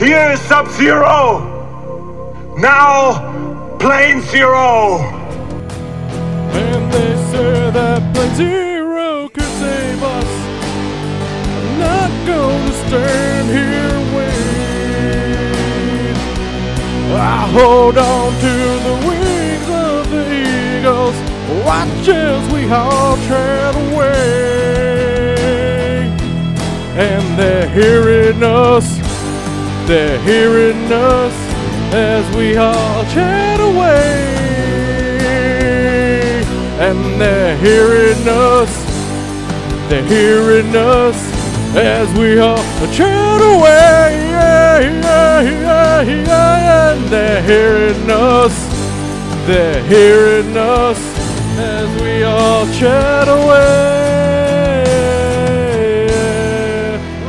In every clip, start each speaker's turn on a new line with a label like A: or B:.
A: Years Sub Zero! Now, Plane Zero!
B: And they say that Plan Zero could save us. I'm not gonna stand here and wait. I hold on to the wings of the eagles. Watch as we all tread away. And they're hearing us. They're hearing us as we all chat away. And they're hearing us. They're hearing us as we all chat away. Yeah, yeah, yeah, yeah. And they're hearing us. They're hearing us as we all chat away.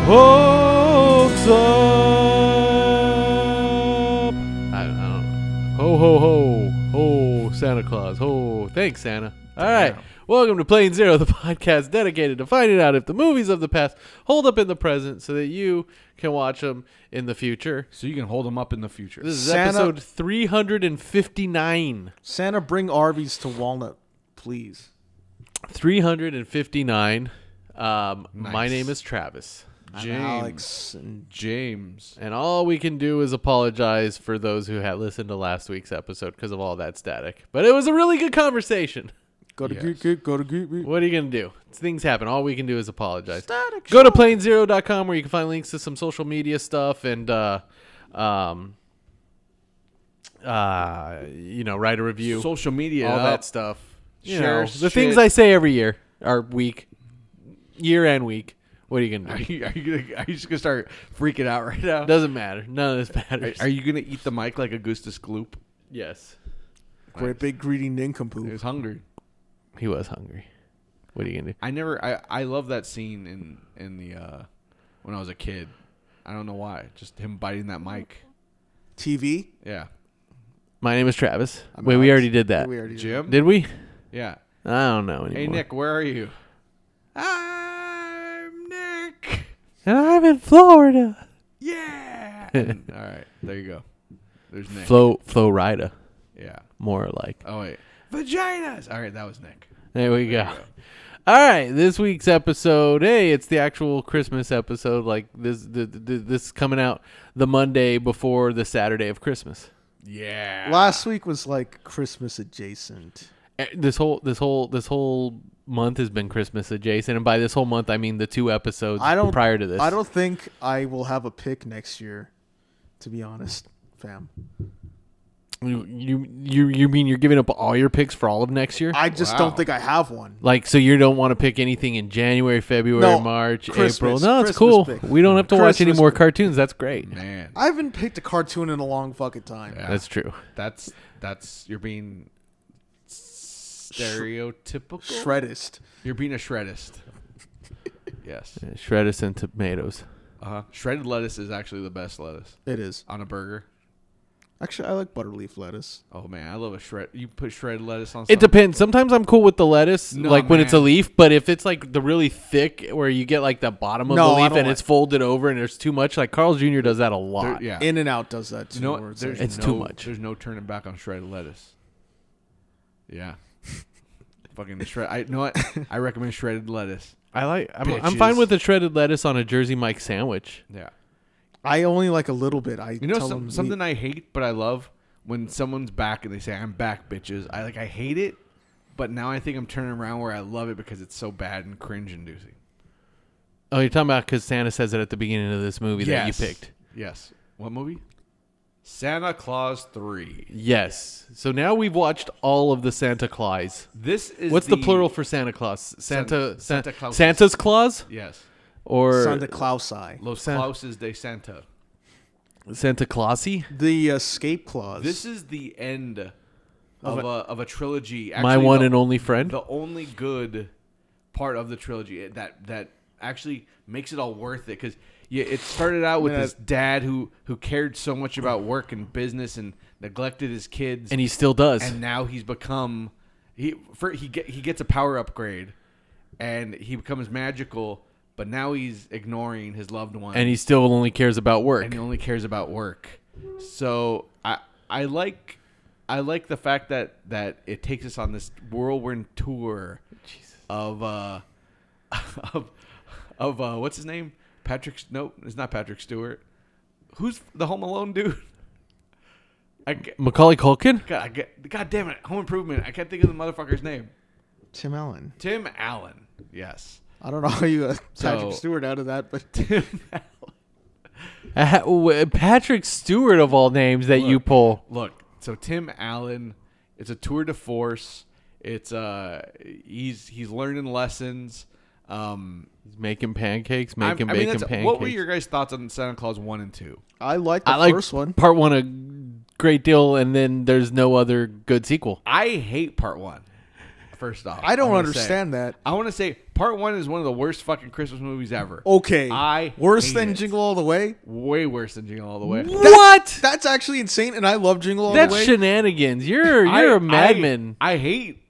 B: Hoax up. I, I don't know. Ho, ho, ho. Ho, Santa Claus. Ho. Thanks, Santa. All right. Welcome to Plane Zero, the podcast dedicated to finding out if the movies of the past hold up in the present so that you can watch them in the future.
C: So you can hold them up in the future.
B: This is
D: Santa-
B: episode 359.
D: Santa, bring Arby's to Walnut, please.
B: 359. Um, My name is Travis.
C: James.
D: Alex and
C: James.
B: And all we can do is apologize for those who had listened to last week's episode because of all that static. But it was a really good conversation.
D: go to
C: Yes.
D: Geek Geek, go to Geek Geek.
B: What are you going to do? Things happen. All we can do is apologize. Go to planezero.com where you can find links to some social media stuff and, uh, um, uh, you know, write a review,
C: Social media.
B: all that stuff. You
C: Share
B: know, the
C: shit.
B: things I say every year are week, year and week. What are you going
C: Are
B: to do?
C: you, are, you gonna, are you just going to start freaking out right now?
B: Doesn't matter. None of this matters.
C: Are you going to eat the mic like Augustus Gloop?
B: yes.
D: Great big greedy
C: He
D: nincompoop.
C: was hungry.
B: He was hungry. What are you gonna do?
C: I never. I, I love that scene in in the uh, when I was a kid. I don't know why. Just him biting that mic.
D: TV.
C: Yeah.
B: My name is Travis.
D: I'm
B: Wait, we
D: Alex.
B: already did that.
D: We already did.
C: Jim.
B: Did we?
C: Yeah.
B: I don't know anymore.
C: Hey Nick, where are you? I'm Nick.
B: And I'm in Florida.
C: Yeah. And- all right. There you go. There's Nick.
B: Flo Florida,
C: yeah.
B: more like.
C: Oh wait. Vaginas. All right, that was Nick.
B: There we go. All right, this week's episode. Hey, it's the actual Christmas episode. Like this, th- th- th- this is coming out the Monday before the Saturday of Christmas.
C: Yeah.
D: Last week was like Christmas adjacent.
B: Eh, This whole, this whole, this whole month has been Christmas adjacent, and by this whole month, I mean the two episodes
D: I don't
B: prior to this.
D: I don't think I will have a pick next year. To be honest, fam.
B: You, you, you, you mean you're giving up all your picks for all of next year?
D: I just
C: Wow.
D: don't think I have one.
B: Like, so you don't want to pick anything in January, February,
D: No,
B: March,
D: Christmas.
B: April. No, it's
D: Christmas
B: cool.
D: picks.
B: We don't have to watch any
D: Christmas
B: more
D: picks.
B: cartoons. That's great.
C: Man.
D: I haven't picked a cartoon in a long fucking time.
C: Yeah.
B: That's true.
C: That's that's you're being stereotypical.
D: Shreddist.
C: You're being a Uh-huh. shredist. yes.
B: Shred us and tomatoes.
C: Uh huh. Shredded lettuce is actually the best lettuce
D: It is.
C: on a burger.
D: Actually, I like butterleaf lettuce.
C: Oh man, I love a shred. You put shredded lettuce on.
B: It
C: something.
B: depends. Sometimes I'm cool with the lettuce,
C: No,
B: like when it's a
C: man.
B: leaf. But if it's like the really thick, where you get like the bottom of the
D: No, I
B: leaf
D: don't
B: and
D: like-
B: it's folded over and there's too much, like Carl Jr. does that a lot.
C: There- yeah.
D: In and out does that too.
C: You know
D: where
C: what?
D: it's like-
C: Ah,
B: It's
C: There's no,
B: too much.
C: There's no turning back on shredded lettuce. Yeah. Fucking shred. I you know what. I recommend shredded lettuce.
B: I like. I'm, I'm
C: Bitches.
B: fine with the shredded lettuce on a Jersey Mike sandwich.
C: Yeah.
D: I only like a little bit. I
C: You know
D: tell
C: some,
D: them
C: something I hate but I love when someone's back and they say I'm back bitches. I like I hate it, but now I think I'm turning around where I love it because it's so bad and cringe inducing.
B: Oh, you're talking about because Santa says it at the beginning of this movie that you picked.
C: Yes. What movie? Santa Claus 3.
B: Yes. So now we've watched all of the Santa Claus.
C: This is
B: What's the, plural for Santa Claus? Santa
C: San-
B: Santa,
C: Santa Claus.
B: Santa's Claus
C: Yes.
B: or
D: Santa
B: Santa,
D: Clausi.
C: Los
B: San-
C: Clauses de Santa.
B: Santa Clausy?
D: The escape clause.
C: This is the end of, a, of a trilogy.
B: My
C: Actually,
B: one
C: the-
B: and only friend.
C: the only good part of the trilogy it- that that actually makes it all worth it because yeah, it started out with
D: Yeah.
C: this dad who who cared so much about work and business and neglected his kids,
B: and he still does.
C: and now he's become he for, he get, he gets a power upgrade, and he becomes magical. But now he's ignoring his loved one,
B: and he still only cares about work.
C: and he only cares about work. So I I like I like the fact that that it takes us on this whirlwind tour of uh of of uh what's his name? Patrick no, it's not Patrick Stewart. Who's the Home Alone dude? I ca-
B: Macaulay Culkin.
C: God, I get, God damn it! Home Improvement. I can't think of the motherfucker's name.
D: Tim Allen.
C: Tim Allen. Yes.
D: I don't know how you got
C: So-
D: Patrick Stewart out of that, but
C: Tim Allen.
B: Ah, w- Patrick Stewart of all names that you pull.
C: Look, so Tim Allen, it's a tour de force. It's uh, he's he's learning lessons. Um,
B: He's making pancakes,
C: I'm-
B: making
C: I mean,
B: bacon
C: that's-
B: pancakes.
C: What were your guys' thoughts on Santa Claus one and two?
D: I like the
B: I like
D: first one.
B: part one a great deal, and then there's no other good sequel.
C: I hate part one. First off,
D: I don't
C: wanna say-
D: understand that.
C: I want to say part one is one of the worst fucking Christmas movies ever.
D: Okay,
C: I
D: worse
C: hate
D: than
C: it.
D: Jingle All the Way.
C: way worse than Jingle All the Way.
B: what?
D: That's actually insane, and I love Jingle All
B: That's
D: the Way.
B: shenanigans. You're
C: I-
B: you're a
C: I-
B: madman.
C: I, hate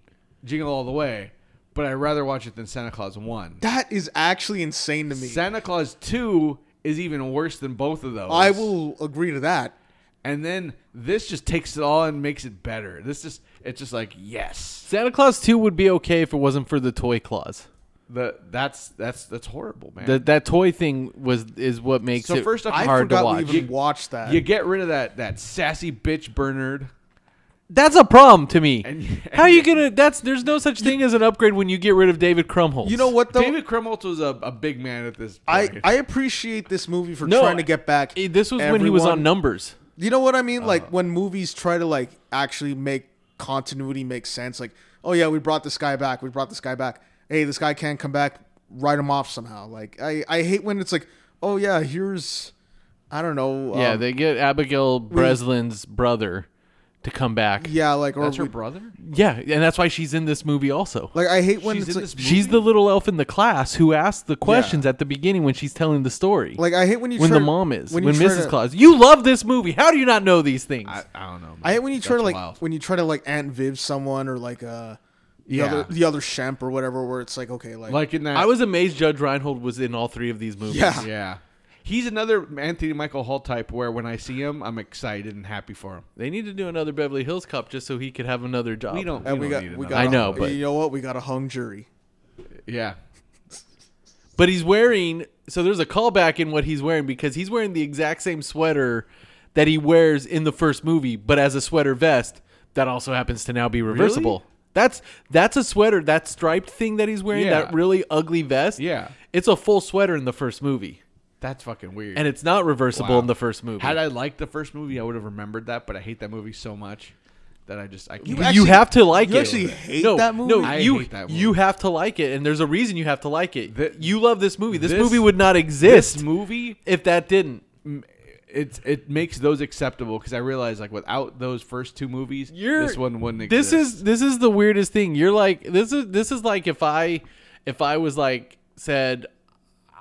C: Jingle All the Way, but I'd rather watch it than Santa Claus 1.
D: that is actually insane to me.
C: Santa Claus 2 is even worse than both of those.
D: I will agree to that.
C: And then this just takes it all and makes it better. This just it's just like yes.
B: Santa Claus Two would be okay if it wasn't for the toy clause.
C: The that's that's that's horrible, man.
B: That that toy thing was is what makes
C: So
B: it
C: first off,
D: I
B: hard to
D: forgot
B: watch.
D: we even watched that.
C: you get rid of that that sassy bitch Bernard.
B: That's a problem to me.
C: And-
B: How are you gonna? That's there's no such thing as an upgrade when you get rid of David Crumholtz.
D: you know what though?
C: David Krumholtz was a, a big man at this
D: I,
C: point.
D: I appreciate this movie for
B: No,
D: trying to get back.
B: Eh, This was when he was on
D: everyone.
B: Numbers.
D: You know what I mean?
B: Uh-huh.
D: like when movies try to like actually make continuity make sense. Like, oh yeah, we brought this guy back. We brought this guy back. Hey, this guy can't come back. Write him off somehow. Like, I I hate when it's like, oh yeah, here's, I don't know.
B: yeah,
D: um,
B: they get Abigail Breslin's brother to come back.
D: yeah, like or
C: that's her
D: we-
C: brother?
B: Yeah, and that's why she's in this movie also.
D: like I hate when
C: She's
D: it's
C: in
D: like,
C: this movie.
B: She's the little elf in the class who asks the questions at the beginning when she's telling the story.
D: like I hate when you
B: when
D: try,
B: the mom is, when,
D: you try
B: Mrs.
D: to-
B: Claus. You love this movie. How do you not know these things?
C: I, I don't know. Man.
D: I hate when you try to
C: That's
D: like
C: wild.
D: when you try to like Aunt Viv someone or like uh the
C: Yeah.
D: other the other Shemp or whatever where it's like okay like,
C: like in that
B: I was amazed Judge Reinhold was in all three of these movies.
D: yeah,
C: Yeah. He's another Anthony Michael Hall type where when I see him, I'm excited and happy for him.
B: They need to do another Beverly Hills Cop just so he could have another job.
C: We don't, we
D: and we,
C: don't need
D: got we
C: another-
D: got
B: I
D: a-
B: know, but-
D: you know what we got a hung jury
C: Yeah.
B: But he's wearing so there's a callback in what he's wearing because he's wearing the exact same sweater that he wears in the first movie, but as a sweater vest that also happens to now be reversible. That's that's a sweater, that striped thing that he's wearing,
C: Yeah.
B: that really ugly vest.
C: Yeah.
B: It's a full sweater in the first movie.
C: That's fucking weird.
B: And it's not reversible
C: Wow.
B: in the first movie.
C: Had I liked the first movie, I would have remembered that, but I hate that movie so much that I just I can't.
B: you
D: actually-
B: have to like
D: you
B: it.
D: actually hate
B: no,
D: that
B: No,
D: movie?
C: I
B: you
C: hate that movie.
B: you have to like it, and there's a reason you have to like it.
C: Thi-
B: you love this movie. This,
C: this-
B: movie would not
C: this
B: exist
C: movie
B: if that didn't.
C: mm, it's it makes those acceptable because I realize like without those first two movies,
B: You're-
C: this one wouldn't exist.
B: this is this is the weirdest thing you're like this is this is like if i if i was like said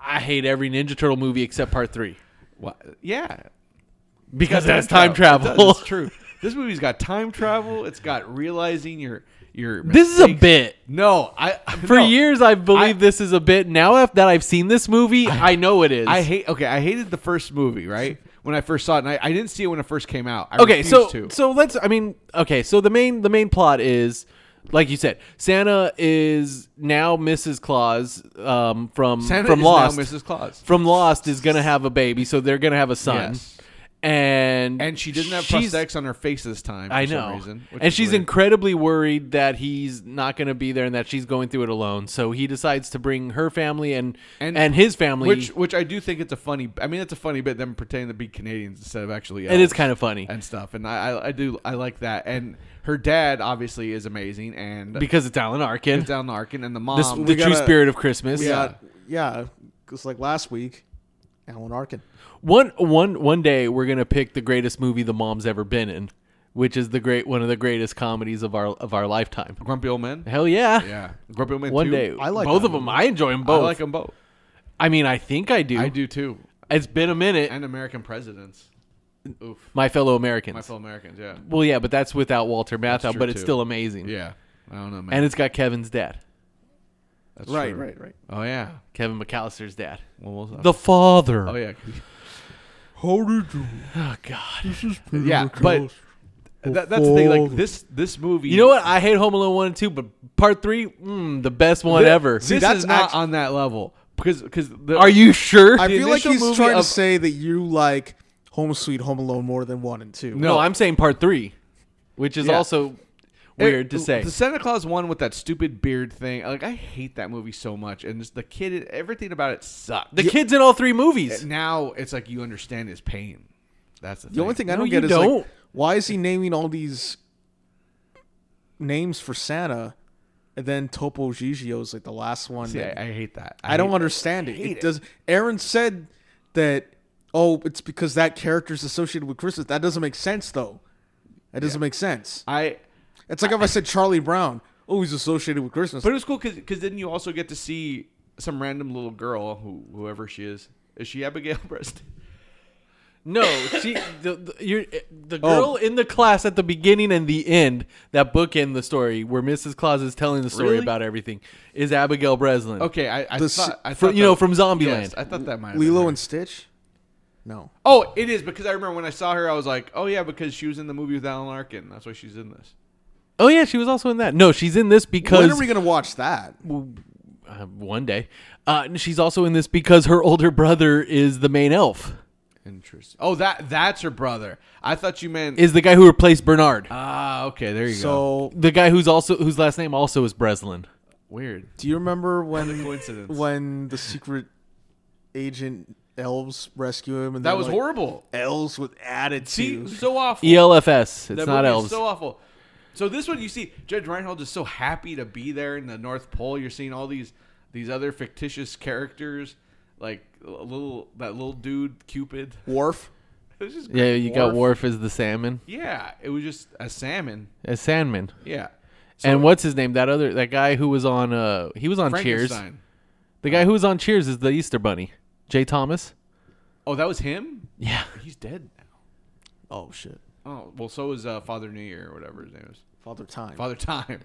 B: i hate every ninja turtle movie except part three
C: Wha- yeah,
B: because that's
C: That's
B: time
C: It does,
B: travel
C: it's true. This movie's got time travel. It's got realizing your your.
B: this is a
C: mistakes.
B: bit
C: No, I
B: for
C: no.
B: years i believed
C: I-
B: this is a bit now if that i've seen this movie i know it is
C: I hate. Okay, I hated the first movie, right? When I first saw it, and I, I didn't see it when it first came out. I
B: okay
C: refused
B: so
C: to.
B: so let's i mean okay so the main the main plot is like you said santa is now mrs claus um from
C: Santa
B: from
C: is
B: lost
C: now Mrs. Claus.
B: from Lost is gonna have a baby, so they're gonna have a son.
C: Yes.
B: And
C: and she doesn't have
B: she's-
C: prosthetics on her face this time. For
B: I
C: some
B: know,
C: reason, which
B: and
C: is
B: she's
C: weird.
B: incredibly worried that he's not gonna be there and that she's going through it alone. So he decides to bring her family and and,
C: And-
B: his family,
C: which which I do think it's a funny. I mean, it's a funny bit them pretending to be Canadians instead of actually.
B: and it's
C: Elves
B: kind of funny
C: and stuff. And I, I I do I like that. And her dad obviously is amazing. And
B: because it's Alan Arkin,
C: it's um, Alan Arkin and the mom.
B: this, the true
D: gotta-
B: spirit of Christmas.
D: we got yeah it's like last week Alan Arkin
B: One one one day we're gonna pick the greatest movie the mom's ever been in, which is the great one of the greatest comedies of our of our lifetime.
C: grumpy old man.
B: Hell yeah!
C: Yeah, grumpy old man.
B: One
C: two?
B: day,
D: I like
B: both
D: that
B: of them.
D: movie.
B: I enjoy them
C: I
B: both.
C: like them both.
B: I mean, I think I do.
C: I do too.
B: It's been a minute.
C: And American presidents. Oof.
B: my fellow Americans.
C: My fellow Americans, yeah.
B: well, yeah, but that's without Walter Matthau,
C: true,
B: but it's
C: too.
B: still amazing.
C: Yeah. I don't know, man.
B: And it's got Kevin's dad.
C: That's
D: Right,
C: true.
D: right, right.
C: Oh yeah.
B: Kevin McAllister's dad.
C: Well, well,
E: The father.
C: oh yeah.
E: How did you?
B: Oh God.
C: Yeah, but that, that's the thing. Like this, this movie.
B: You know what? I hate Home Alone one and two, but part three, mm, the best one
C: Thi-
B: ever.
C: This
D: See, that's
C: is not
D: act-
C: on that level because because
B: Are you sure?
D: I feel like
C: initial
D: he's
C: movie
D: trying
C: of-
D: to say that you like Home Sweet Home Alone more than one and two.
B: no, I'm saying part three, which is
C: Yeah.
B: also weird to say.
C: The Santa Claus one with that stupid beard thing. Like I hate that movie so much, and just the kid, everything about it sucked.
B: The kids in all three movies.
C: now it's like you understand his pain. That's the,
D: The only thing I
B: No,
D: don't
B: you
D: get is
B: don't.
D: like, why is he naming all these names for Santa, and then Topo Gigio is like the last one.
C: See,
D: that-
C: I, I hate that.
D: I don't
C: hate-
D: understand it.
C: hate
D: It does. Aaron said that. Oh, it's because that character's associated with Christmas. That doesn't make sense, though. That doesn't make sense.
C: I.
D: It's like if I said Charlie Brown. Oh, he's associated with Christmas.
C: But it was cool because then you also get to see some random little girl who whoever she is. Is she Abigail Breast?
B: No, she the, the, you're, eh, the
C: Oh.
B: girl in the class at the beginning and the end that bookend the story where Mrs. Claus is telling the story
C: Really?
B: about everything is Abigail Breslin.
C: Okay, I, I
D: The
C: thought
D: s-
C: I
B: from-
C: thought
B: you know, from Zombieland.
C: Yes, I thought that might have been
D: Lilo
C: her.
D: and Stitch. No.
C: Oh, it is because I remember when I saw her, I was like, oh yeah, because she was in the movie with Alan Arkin. That's why she's in this.
B: Oh yeah, she was also in that. No, she's in this because
D: When are we gonna watch that?
B: uh, one day uh, she's also in this because her older brother is the main elf.
C: Interesting. Oh, that that's her brother. I thought you meant.
B: Is the guy who replaced Bernard.
C: ah, okay, there you go.
D: So,
B: the guy who's also whose last name also is Breslin.
C: Oh. Weird.
D: do you remember when
C: Coincidence.
D: when the secret agent elves rescue him? And
C: that
D: they're
C: was
D: like,
C: horrible.
D: Elves with
C: See,
D: attitude.
C: so awful.
B: E ELFS. It's
C: That
B: not
C: movie is
B: elves.
C: So awful. So this one, you see Judge Reinhold is so happy to be there in the North Pole. You're seeing all these these other fictitious characters, like a little that little dude Cupid.
D: Worf.
C: It was just
B: yeah, you got
C: Worf.
B: Worf as the salmon,
C: Yeah, it was just a salmon.
B: as Sandman.
C: Yeah.
B: and what's his name? That other that guy who was on uh he was on Cheers.
C: Frankenstein.
B: The guy who was on Cheers is the Easter Bunny, Jay Thomas.
C: Oh, that was him.
B: Yeah,
C: He's dead now.
D: Oh shit.
C: Oh well, so is uh, Father New Year or whatever his name is.
D: Father Time.
C: Father Time.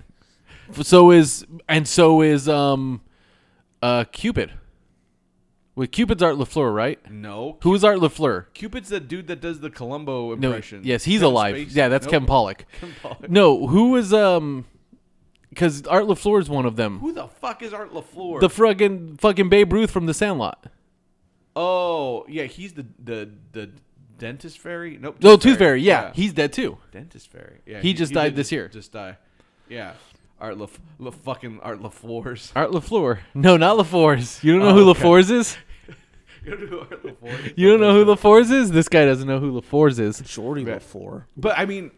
B: so is and so is um uh Cupid. With Cupid's Art Lafleur, right?
C: No,
B: Who is Art Lafleur?
C: Cupid's the dude that does the Columbo
B: No,
C: impression.
B: yes, he's
C: Kevin
B: alive.
C: Spacey.
B: Yeah, that's
C: Nope.
B: Ken Pollock.
C: Ken Pollock.
B: No, who was um because Art Lafleur is one of them.
C: Who the fuck is Art Lafleur?
B: The fucking fucking Babe Ruth from The Sandlot.
C: oh yeah, he's the the the dentist fairy. Nope.
B: No, Oh, Tooth Fairy. Yeah, he's dead too.
C: dentist fairy. Yeah,
B: He just died
C: did
B: this
C: just-
B: year.
C: Just die. Yeah, Art Laf, La fucking Art Lafleur's.
B: Art Lafleur. No, not Lafors. You don't know
C: Oh,
B: who
C: okay.
B: Lafors is.
C: Go to Art Lafleur.
B: You don't know who Lafors is. This guy doesn't know who Lafors is.
D: Jordy LaFour.
C: But I mean,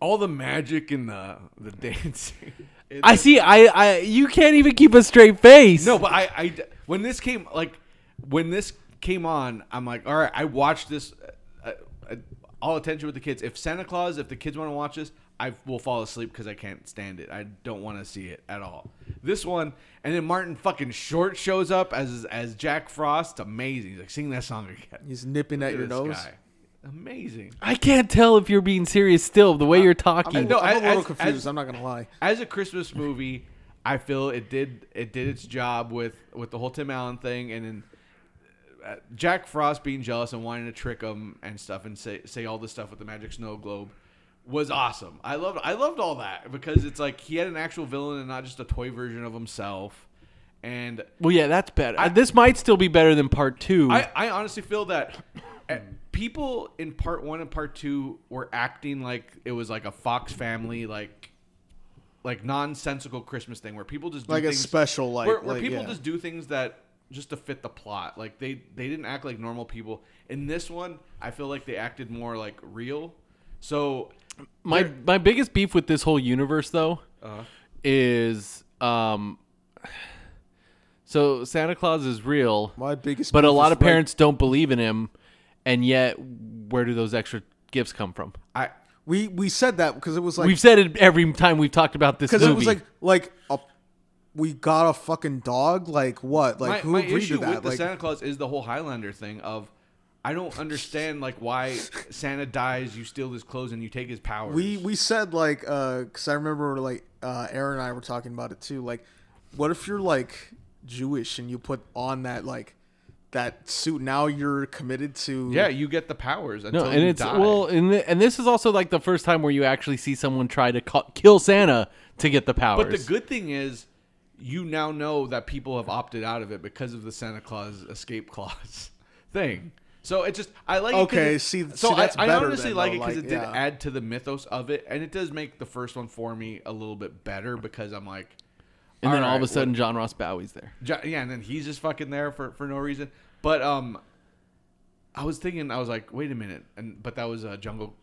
C: all the magic and the the dancing. It-
B: I see. I, I, you can't even keep a straight face.
C: No, but I, I when this came like when this came on, I'm like, all right, I watched this. Uh, uh, all attention with the kids. If Santa Claus, if the kids want to watch this, I will fall asleep because I can't stand it. I don't want to see it at all. This one, and then Martin fucking Short shows up as as Jack Frost. Amazing. He's like, sing that song again.
D: He's nipping at your
C: This
D: nose.
C: guy. Amazing.
B: I can't tell if you're being serious still. The way you're talking.
C: I- no,
D: I'm a
C: as-
D: little
C: as-
D: confused. I'm not gonna lie.
C: as a Christmas movie, I feel it did it did its job with with the whole Tim Allen thing, and then uh, Jack Frost being jealous and wanting to trick him and stuff, and say say all this stuff with the magic snow globe was awesome. I loved I loved all that because it's like he had an actual villain and not just a toy version of himself. And
B: Well, yeah, that's better. Uh, this might still be better than part two.
C: I, I honestly feel that uh, people in part one and part two were acting like it was like a Fox Family like like nonsensical Christmas thing where people just do
D: Like a
C: things-
D: special, like-
C: where, where
D: like,
C: people
D: yeah.
C: just do things that just to fit the plot. Like they they didn't act like normal people. In this one, I feel like they acted more like real. So
B: my my biggest beef with this whole universe though
C: Uh-huh.
B: is um so Santa Claus is real
D: My biggest
B: but a
D: beef
B: lot
D: is
B: of
D: right-
B: parents don't believe in him and yet where do those extra gifts come from
C: I
D: We we said that because it was like
B: we've said it every time we've talked about this
D: because
B: movie
D: it was like like a we got a fucking dog. Like what? Like who
C: my, my
D: agreed
C: issue
D: to that?
C: with the
D: Like
C: Santa Claus is the whole Highlander thing of I don't understand like why Santa dies, you steal his clothes and you take his powers.
D: uh, we we said like because I remember like uh, Aaron and I were talking about it too. Like what if you're like Jewish and you put on that like that suit? Now you're committed to
C: Yeah, you get the powers until
B: No, and
C: you
B: it's
C: die.
B: well, and th- and this is also like the first time where you actually see someone try to ca- kill Santa to get the powers.
C: But the good thing is, you now know that people have opted out of it because of the Santa Claus escape clause thing. So it just I like it 'cause
D: Okay,
C: it-
D: see-
C: so
D: see, that's
C: I, I
D: better
C: honestly
D: then,
C: like
D: though,
C: it because
D: like,
C: it did
D: yeah.
C: add to the mythos of it, and it does make the first one for me a little bit better because I'm like,
B: and then all of a
C: alright,
B: sudden, John Ross Bowie's there.
C: Jo- yeah, and then he's just fucking there for, for no reason. But um, I was thinking, I was like, wait a minute, and but that was uh, Jungle,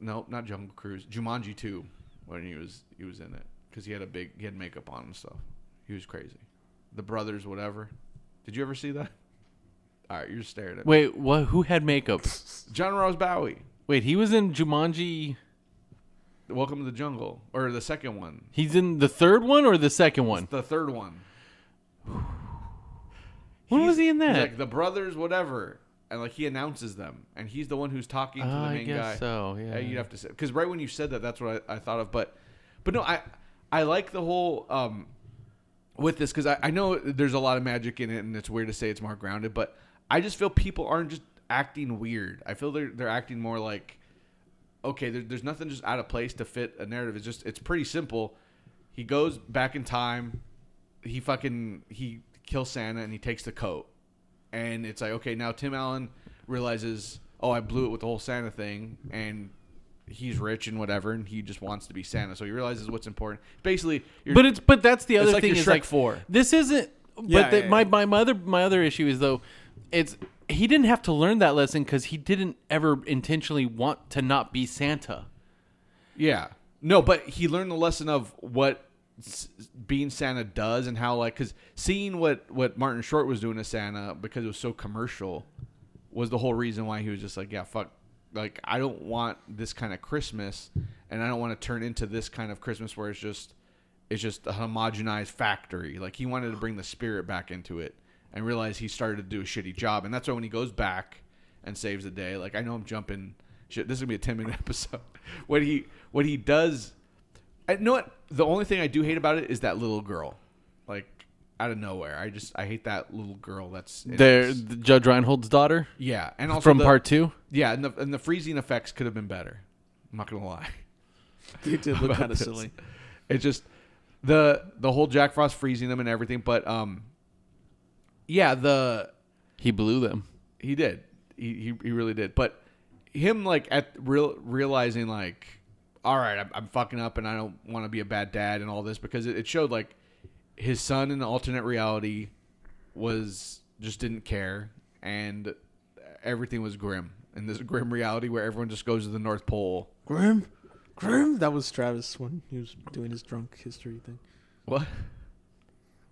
C: no, not Jungle Cruise, Jumanji two, when he was he was in it because he had a big he had makeup on and stuff. He was crazy. The brothers, whatever. Did you ever see that? All right, you're staring at me.
B: Wait, what? Who had makeup?
C: John Ross Bowie.
B: Wait, he was in Jumanji.
C: Welcome to the Jungle, or the second one,
B: He's in the third one or the second one.
C: the third one.
B: When was he in
C: He's
B: that?
C: like the brothers, whatever, and like he announces them, and he's the one who's talking to
B: Oh,
C: the
B: I
C: main
B: guess
C: guy.
B: so, yeah.
C: you'd have to say because right when you said that, that's what I, I thought of. But, but no, I I like the whole um with this because I, I know there's a lot of magic in it, and it's weird to say it's more grounded, but I just feel people aren't just acting weird. I feel they're they're acting more like okay, there, there's nothing just out of place to fit a narrative. It's just it's pretty simple. He goes back in time. He fucking he kills Santa and he takes the coat. And it's like okay, now Tim Allen realizes, oh, I blew it with the whole Santa thing, and he's rich and whatever, and he just wants to be Santa. So he realizes what's important. Basically, you're,
B: But it's but that's the other
C: like
B: thing
C: your
B: is like
C: Shrek 4.
B: This isn't. But
D: Yeah,
B: the,
D: yeah,
B: my
D: yeah.
B: my my other my other issue is though, it's he didn't have to learn that lesson because he didn't ever intentionally want to not be Santa.
C: Yeah. No, but he learned the lesson of what s- being Santa does and how like cuz seeing what what Martin Short was doing as Santa because it was so commercial was the whole reason why he was just like, yeah, fuck. Like I don't want this kind of Christmas and I don't want to turn into this kind of Christmas where it's just it's just a homogenized factory. Like he wanted to bring the spirit back into it and realize he started to do a shitty job and that's why when he goes back and saves the day. Like I know I'm jumping. Shit, this is gonna be a ten minute episode. What he what he does. I you know what the only thing I do hate about it is that little girl, like out of nowhere. I just I hate that little girl. That's in
B: There,
C: this.
B: the Judge Reinhold's daughter
C: Yeah, and also
B: from
C: the-
B: part two.
C: Yeah, and the and the freezing effects could have been better. I'm not gonna lie.
D: They did look
C: about
D: kind of
C: this.
D: silly.
C: It's just the the whole Jack Frost freezing them and everything. But um, yeah, the
B: He blew them.
C: he did. He, he he really did. But him like at real realizing like, all right, I'm, I'm fucking up, and I don't want to be a bad dad and all this because it, it showed like his son in the alternate reality was just didn't care, and everything was grim in this grim reality where everyone just goes to the North Pole.
D: Grim, Grim. That was Travis when he was doing his drunk history thing.
C: What?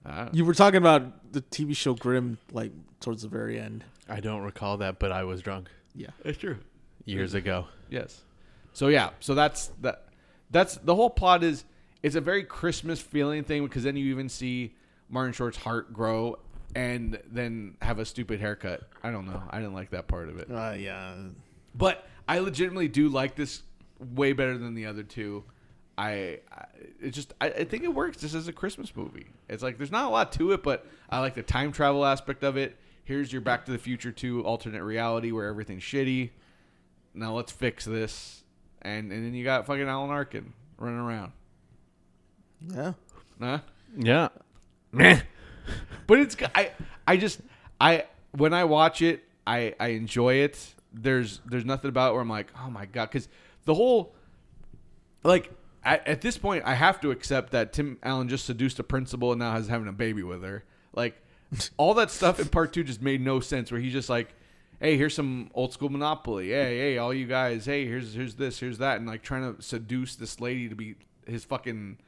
C: I,
D: You were talking about the TV show Grim, like towards the very end.
B: I don't recall that, but I was drunk
D: Yeah.
C: it's true.
B: years ago.
C: Yes. So yeah, so that's that that's the whole plot is it's a very Christmas feeling thing because then you even see Martin Short's heart grow and then have a stupid haircut. I don't know. I didn't like that part of it.
D: Uh, yeah.
C: But I legitimately do like this way better than the other two. I, I it just I, I think it works just as a Christmas movie. It's like there's not a lot to it, but I like the time travel aspect of it. Here's your Back to the Future 2 alternate reality where everything's shitty. Now let's fix this. And and then you got fucking Alan Arkin running around.
D: Yeah.
C: Huh?
B: Yeah,
C: But it's I I just I when I watch it, I I enjoy it. There's there's nothing about it where I'm like, oh my god, because the whole like at, at this point, I have to accept that Tim Allen just seduced a principal and now is having a baby with her. Like all that stuff in part two just made no sense. Where he's just like, hey, here's some old school Monopoly. Hey, hey, all you guys. Hey, here's here's this, here's that, and like trying to seduce this lady to be his fucking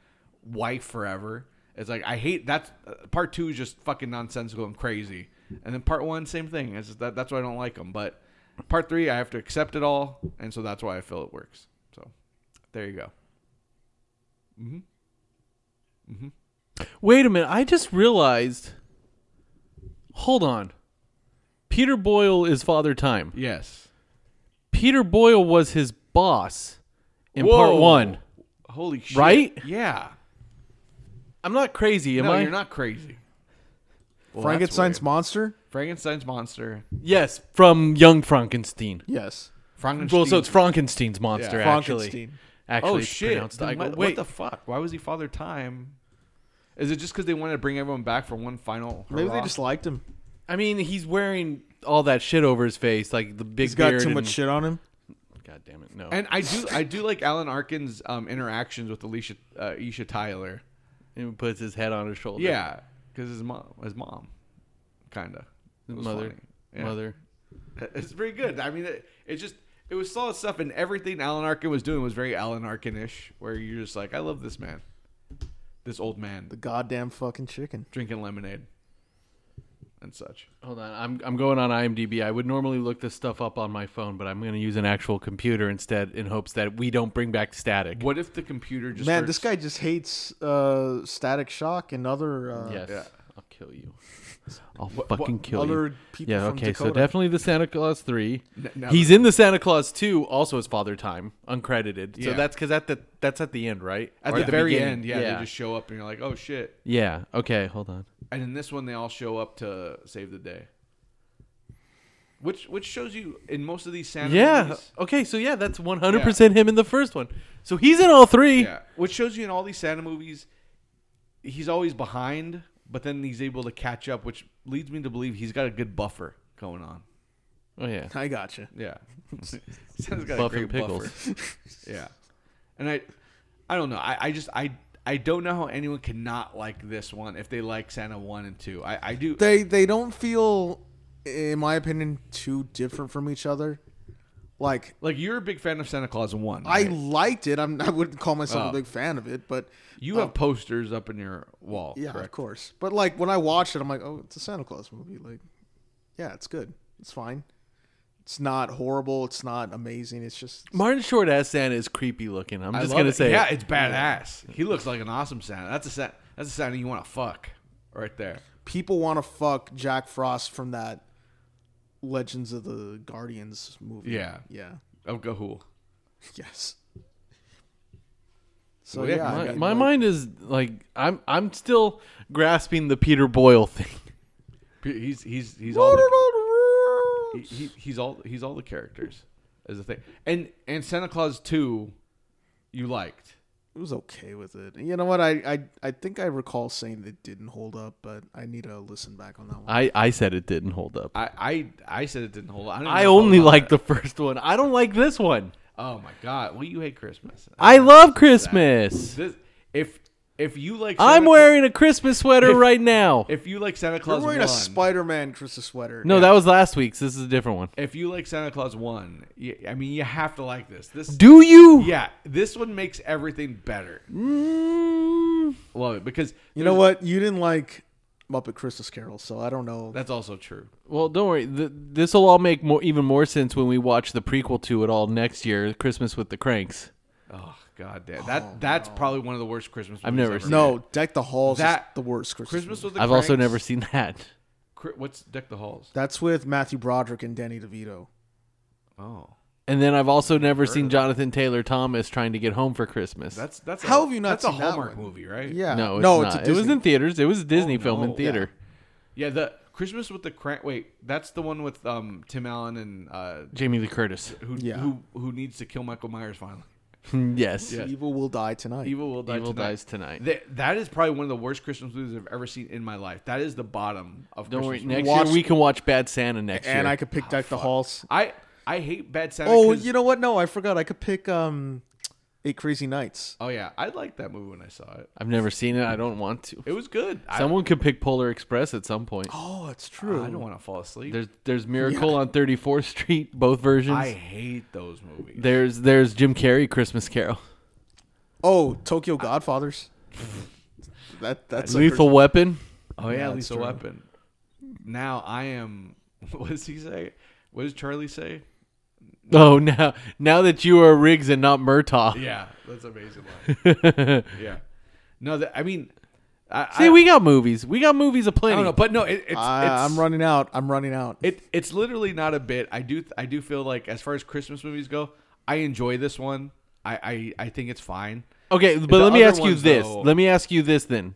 C: wife forever. It's like I hate that. Uh, part two is just fucking nonsensical and crazy, and then part one, same thing. It's just that that's why I don't like them. But part three, I have to accept it all, and so that's why I feel it works. So there you go.
B: Wait a minute. I just realized. Hold on. Peter Boyle is Father Time.
C: Yes.
B: Peter Boyle was his boss in part
C: Whoa.
B: one.
C: Holy shit.
B: Right?
C: Yeah.
B: I'm not crazy, am
C: no,
B: I?
C: you're not crazy. Well,
D: Frankenstein's
C: that's weird.
D: monster?
C: Frankenstein's monster.
B: Yes, from Young Frankenstein.
D: Yes.
C: Frankenstein.
B: Well, so it's Frankenstein's monster,
C: Yeah.
B: actually.
D: Frankenstein.
B: Actually,
C: Oh
B: it's
C: shit!
B: pronounced-
C: Then
B: I go,
C: what, what
B: wait,
C: the fuck? Why was he Father Time? Is it just because they wanted to bring everyone back for one final? Hurrah?
D: Maybe they just liked him.
B: I mean, he's wearing all that shit over his face, like the big
D: He's got
B: beard
D: too
B: and-
D: much shit on him.
B: God damn it, no.
C: And I do, I do like Alan Arkin's um, interactions with Alicia, uh, Isha Tyler.
B: and puts his head on his shoulder.
C: Yeah, because his mom, his mom, kinda It was
B: mother,
C: funny. Yeah.
B: mother.
C: It's pretty good. I mean, it, it just it was solid stuff, and everything Alan Arkin was doing was very Alan Arkin-ish, where you're just like, I love this man, this old man
D: The goddamn fucking chicken.
C: drinking lemonade and such.
B: Hold on, I'm I'm going on IMDb. I would normally look this stuff up on my phone, but I'm going to use an actual computer instead, in hopes that we don't bring back static.
C: What if the computer just
D: Man,
C: starts-
D: this guy just hates uh, Static Shock and other uh,
B: Yes,
C: Yeah.
B: I'll kill you. I'll fucking kill you.
D: other people
B: Yeah,
D: from
B: okay, so
D: Dakota.
B: definitely the Santa Claus 3.
C: now
B: He's in the Santa Claus 2, also as Father Time, uncredited. So
C: Yeah.
B: that's because at the, that's at the end, right?
C: at
B: Or
C: the, very
B: beginning.
C: end? Yeah,
B: yeah.
C: they just show up, and you're like, oh shit.
B: yeah, okay, hold on.
C: And in this one, they all show up to save the day. Which which shows you in most of these Santa
B: Yeah,
C: movies.
B: okay, so yeah, that's 100% him in the first one. So he's in all three.
C: Yeah, which shows you in all these Santa movies, he's always behind, but then he's able to catch up, which leads me to believe he's got a good buffer going on.
B: Oh, yeah.
D: I gotcha.
C: Yeah, Santa's got
B: Buffing
C: a great buffer. yeah, and I, I don't know. I, I just I I don't know how anyone cannot like this one if they like Santa one and two. I I do.
D: They they don't feel, in my opinion, too different from each other. Like
C: like you're a big fan of Santa Claus one.
D: I
C: right? Oh.
D: liked it. I'm, I wouldn't call myself a big fan of it, but
C: you have posters up in your wall.
D: yeah, of
C: correct?
D: course. But like when I watched it, I'm like, oh, it's a Santa Claus movie. Like, yeah, it's good. It's fine. It's not horrible. It's not amazing. It's just
B: Martin Short as Santa is creepy looking. I'm
C: I
B: just
C: love
B: going to
C: it.
B: say.
C: yeah,
B: it.
C: it's badass. He looks like an awesome Santa. That's a Santa, that's a Santa you want to fuck right there.
D: people want to fuck Jack Frost from that Legends of the Guardians movie.
C: Yeah.
D: Yeah.
C: Of Gahool.
D: Yes. So
C: Well, yeah,
D: yeah, I
B: My,
D: mean,
B: my
D: like,
B: mind is like I'm I'm still grasping the Peter Boyle thing.
C: He's he's he's all the, he, he- he's all he's all the characters as a thing. And and Santa Claus two, you liked.
D: it was okay with it. You know what? I, I I think I recall saying it didn't hold up, but I need to listen back on that one.
B: I, I said it didn't hold up. I,
C: I I, I said it didn't hold. I, don't even know
B: only
C: if thought
B: like
C: about
B: the first one. I don't like this one.
C: it. Oh my god! Well, you hate Christmas.
B: I love Christmas.
C: This, if if you like,
B: I'm
C: Santa-
B: wearing a Christmas sweater right now.
C: If you like Santa Claus,
D: You're wearing a
C: one-
D: Spider-Man Christmas sweater.
B: No, that was last week's. This is a different one.
C: If you like Santa Claus one, you, I mean, you have to like this. This
B: Do you?
C: Yeah, this one makes everything better.
B: Mm,
C: Love it because
D: You know what? You didn't like Muppet Christmas Carol, so I don't know.
C: that's also true.
B: well, don't worry. Th- this will all make more, even more sense when we watch the prequel to it all next year, Christmas with the Cranks.
C: Oh god damn. That that's probably one of the worst Christmas movies
B: I've never
C: ever.
B: seen
D: no, Deck the Halls that,
C: That-
D: the worst Christmas.
C: Christmas
D: movie.
C: with the
B: I've also
C: Cranks.
B: never seen that.
C: Cri- What's Deck the Halls?
D: That's with Matthew Broderick and Danny DeVito.
C: Oh.
B: And then I've also never seen Jonathan Taylor Thomas trying to get home for Christmas.
C: That's that's
D: How
C: a,
D: have you not
C: that's
D: seen
C: a
D: that
C: Hallmark
D: one?
C: movie, right?
D: Yeah.
B: no, it's
D: no,
B: not.
D: it's
B: it
D: a
B: was
D: Disney-
B: in theaters. It was a Disney film
C: Oh, no.
B: in theater.
C: Yeah, the Christmas with the Crank wait, that's the one with um Tim Allen and uh
B: Jamie Lee Curtis.
C: who
D: Yeah.
C: who who needs to kill Michael Myers finally.
B: yes.
C: Yeah.
D: Evil will die tonight.
C: Evil will die
B: Evil
C: tonight.
B: dies tonight.
C: Th- that is probably one of the worst Christmas movies I've ever seen in my life. That is the bottom of
B: Don't worry.
C: Christmas
B: Next
C: movies.
B: year
D: Watch-
B: we can watch Bad Santa next year.
D: and I could pick Deck the Halls.
C: Ah, I I hate Bad Santa.
D: Oh,
C: 'cause-
D: you know what? No, I forgot. I could pick um, Eight Crazy Nights.
C: Oh yeah, I liked that movie when I saw it.
B: I've never seen it. I don't want to.
C: It was good. I,
B: Someone could pick Polar Express at some point.
D: Oh, it's true.
C: I don't want to fall asleep.
B: There's there's Miracle on 34th Street, both versions.
C: I hate those movies.
B: There's there's Jim Carrey Christmas Carol.
D: Oh, Tokyo Godfathers. that that's a
B: Lethal Weapon.
C: oh yeah,
D: that's
C: Lethal
D: true.
C: Weapon. Now I am. What does he say? What does Charlie say?
B: Oh, now now that you are Riggs and not Murtaugh.
C: Yeah, that's an amazing line. yeah. No, that, I mean, I,
B: See,
C: I,
B: we got movies. We got movies
C: I
B: aplenty.
C: don't know, but no, it, it's,
D: I,
C: it's
D: I'm running out. I'm running out.
C: It it's literally not a bit. I do I do feel like as far as Christmas movies go, I enjoy this one. I I, I think it's fine.
B: Okay, but
C: The
B: let me
C: other
B: ask you
C: ones,
B: this.
C: though-
B: Let me ask you this then.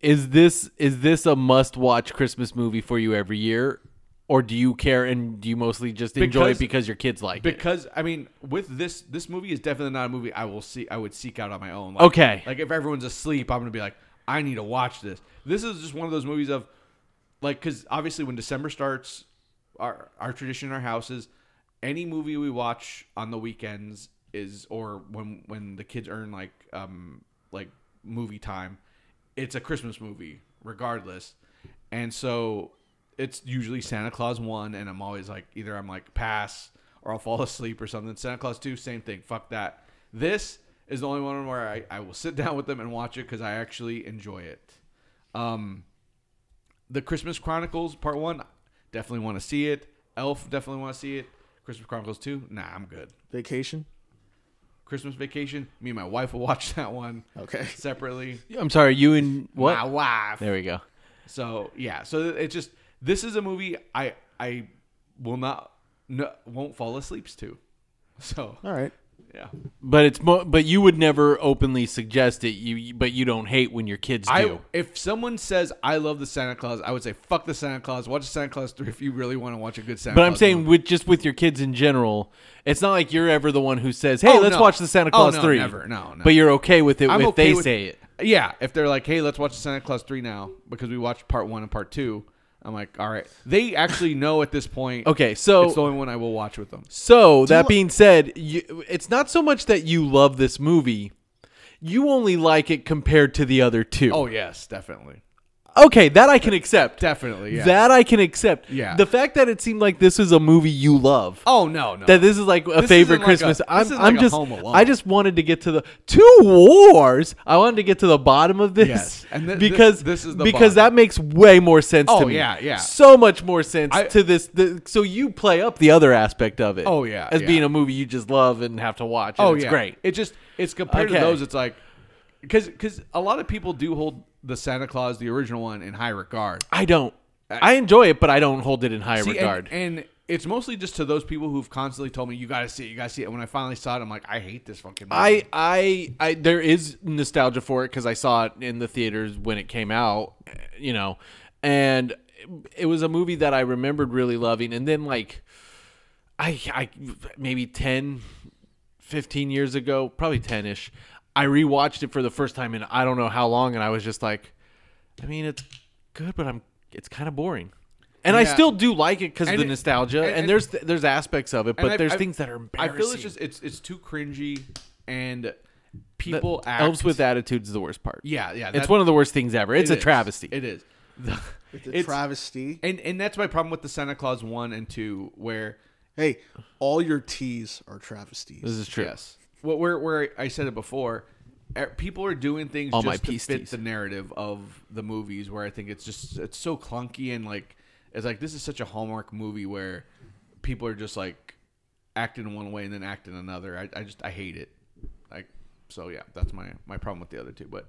B: is this is this a must watch Christmas movie for you every year, or do you care and do you mostly just enjoy
C: Because-
B: it because your kids like it?
C: because I mean, with this, this movie is definitely not a movie I will see. I would seek out on my own. Like,
B: Okay.
C: like if everyone's asleep, I'm gonna be like, I need to watch this. This is just one of those movies of, like, because obviously when December starts, our our tradition in our house is any movie we watch on the weekends is or when when the kids earn like um like movie time, it's a Christmas movie regardless, and so it's usually Santa Claus one, and I'm always like, either I'm like pass or I'll fall asleep or something. Santa Claus two, same thing. Fuck that. This is the only one where I, I will sit down with them and watch it because I actually enjoy it. Um, the Christmas Chronicles Part One, definitely want to see it. Elf, definitely want to see it. Christmas Chronicles Two, nah, I'm good.
D: Vacation.
C: Christmas Vacation, me and my wife will watch that one
D: Okay.
C: separately.
B: I'm sorry, you and what?
C: My wife.
B: There we go.
C: So yeah, so it just this is a movie I I will not no, won't fall asleep to. So
D: All right.
C: yeah,
B: But it's mo- but you would never openly suggest it. You but you don't hate when your kids do.
C: I if someone says I love the Santa Claus, I would say fuck the Santa Claus. Watch Santa Claus three if you really want to watch a good Santa.
B: But I'm
C: Claus
B: saying
C: movie.
B: with just with your kids in general, it's not like you're ever the one who says, "Hey,
C: Oh,
B: let's
C: no.
B: watch the Santa
C: Oh,
B: Claus
C: no,
B: 3."
C: never. No, no.
B: But you're okay with it
C: I'm
B: if
C: okay
B: they
C: with-
B: say it.
C: Yeah, if they're like, hey, let's watch Santa Claus three now because we watched part one and part two. I'm like, all right. They actually know at this point.
B: Okay, so-
C: it's the only one I will watch with them.
B: So, that being said, you, it's not so much that you love this movie. You only like it compared to the other two.
C: Oh yes, definitely,
B: Okay, that I can accept.
C: definitely. Yeah.
B: That I can accept.
C: Yeah.
B: The fact that it seemed like this is a movie you love.
C: Oh no, no.
B: That this is like a
C: This
B: favorite
C: isn't like
B: Christmas.
C: a- this
B: I'm,
C: isn't
B: I'm
C: like a
B: just,
C: Home Alone.
B: I just wanted to get to the two wars. I wanted to get to the bottom of this
C: Yes, and thi- this-
B: because
C: this is the
B: because that
C: bottom.
B: makes way more sense
C: Oh,
B: to me.
C: yeah, yeah.
B: so much more sense
C: I-
B: to this. The, so you play up the other aspect of it.
C: Oh, yeah,
B: as
C: yeah.
B: being a movie you just love and have to watch. and
C: Oh
B: it's
C: yeah,
B: great.
C: It just it's compared
B: Okay.
C: to those. It's like because because a lot of people do hold the Santa Claus, the original one, in high regard.
B: I don't. I enjoy it, but I don't hold it in high
C: See, and-
B: regard.
C: and, it's mostly just to those people who've constantly told me, "You got to see it, you got to see it." And when I finally saw it, I'm like, I hate this fucking. Movie.
B: I, I, I, there is nostalgia for it because I saw it in the theaters when it came out, you know, and it was a movie that I remembered really loving. And then, like, I, I, maybe 10, 15 years ago, probably 10 ish, I rewatched it for the first time in I don't know how long. And I was just like, I mean, it's good, but I'm, it's kind of boring. And I
C: Yeah.
B: still do like it because of
C: And
B: the
C: it-
B: nostalgia, and,
C: and- and-
B: there's there's aspects of it,
C: And
B: but
C: I-
B: there's
C: I-
B: things that are embarrassing.
C: I feel it's just it's it's too cringy, and
B: The-
C: people act,
B: Elves Uh, with attitudes the worst part.
C: yeah yeah.
B: it's one of the worst things ever. It's a travesty.
C: It is.
D: It's a
C: It's-
D: travesty.
C: and and that's my problem with the Santa Claus one and two, where
D: Hey, all your T's are travesties.
B: this is true.
C: Yes. What where where I said it before, er, people are doing things
B: All
C: just
B: my
C: to fit
B: PSTs.
C: the narrative of the movies. Where I think it's just it's so clunky and like it's like this is such a hallmark movie where people are just like acting one way and then acting another. I, I just I hate it. Like so yeah, that's my my problem with the other two. But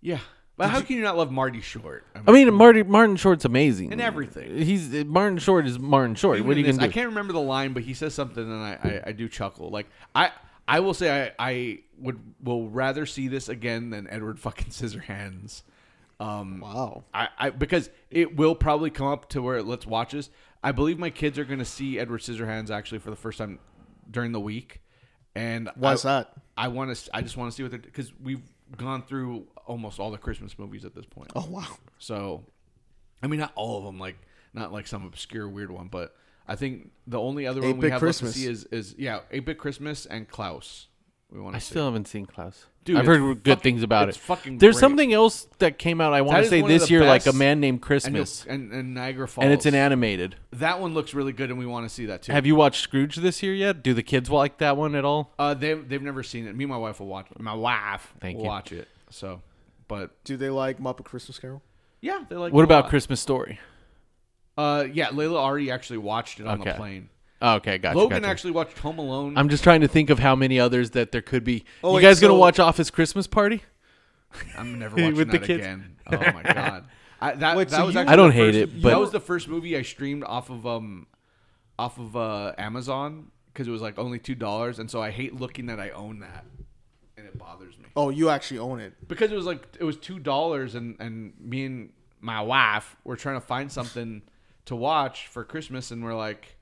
C: yeah, but how can you not love Marty Short?
B: I mean, Marty, Martin Short's amazing
C: In everything.
B: He's uh, Martin Short is Martin Short.
C: Even
B: what are
C: in
B: you
C: this,
B: gonna
C: I
B: do?
C: can't remember the line, but he says something, and I, I, I do chuckle. Like I I will say I, I would will rather see this again than Edward fucking Scissorhands. Um,
D: wow.
C: I, I because it will probably come up to where let's watch this. I believe my kids are going to see Edward Scissorhands actually for the first time during the week, and
D: Why's
C: I,
D: that?
C: I want to. I just want to see what they're because we've gone through almost all the Christmas movies at this point.
D: Oh wow.
C: So, I mean, not all of them. Like, not like some obscure weird one, but I think the only other one
D: 8-Bit
C: we have
D: Christmas.
C: left to see is is yeah, eight bit Christmas and Klaus. We want
B: I
C: to
B: still haven't seen Klaus.
C: Dude,
B: I've heard
C: it's
B: good
C: fucking-
B: things about
C: it's
B: it.
C: fucking
B: There's
C: great.
B: something else that came out. I want
C: That
B: to
C: is
B: say
C: one of
B: this
C: the
B: year, like a
C: best-
B: man named
C: And,
B: Christmas,
C: you'll- and and Niagara Falls.
B: and, it's an animated.
C: That one looks really good, and we want to see that too.
B: Have you watched Scrooge this year yet? Do the kids like that one at all?
C: uh, they they've never seen it. Me and my wife will watch. It. My wife
B: Thank
C: will
B: you.
C: watch it. So, but
D: Do they like Muppet Christmas Carol?
C: yeah, they like.
B: What
C: it a
B: about
C: lot.
B: Christmas Story?
C: Uh, yeah, Layla already actually watched it on the
B: Okay.
C: plane.
B: Oh, okay, gotcha.
C: Logan
B: gotcha.
C: actually watched Home Alone.
B: I'm just trying to think of how many others that there could be.
D: Oh,
B: you
D: wait,
B: guys
D: so-
B: gonna watch Office Christmas Party?
C: I'm never watching
B: With the
C: that
B: kids.
C: again. Oh my god. I, that,
D: Wait,
C: that
D: so
C: was
D: you-
C: actually
B: I don't
C: the
B: hate
C: first-
B: it, but-
C: that was the first movie I streamed off of um off of uh, Amazon because it was like only two dollars, and so I hate looking that I own that, and it bothers me.
D: Oh, you actually own it.
C: because it was like it was two dollars and and me and my wife were trying to find something to watch for Christmas and we're like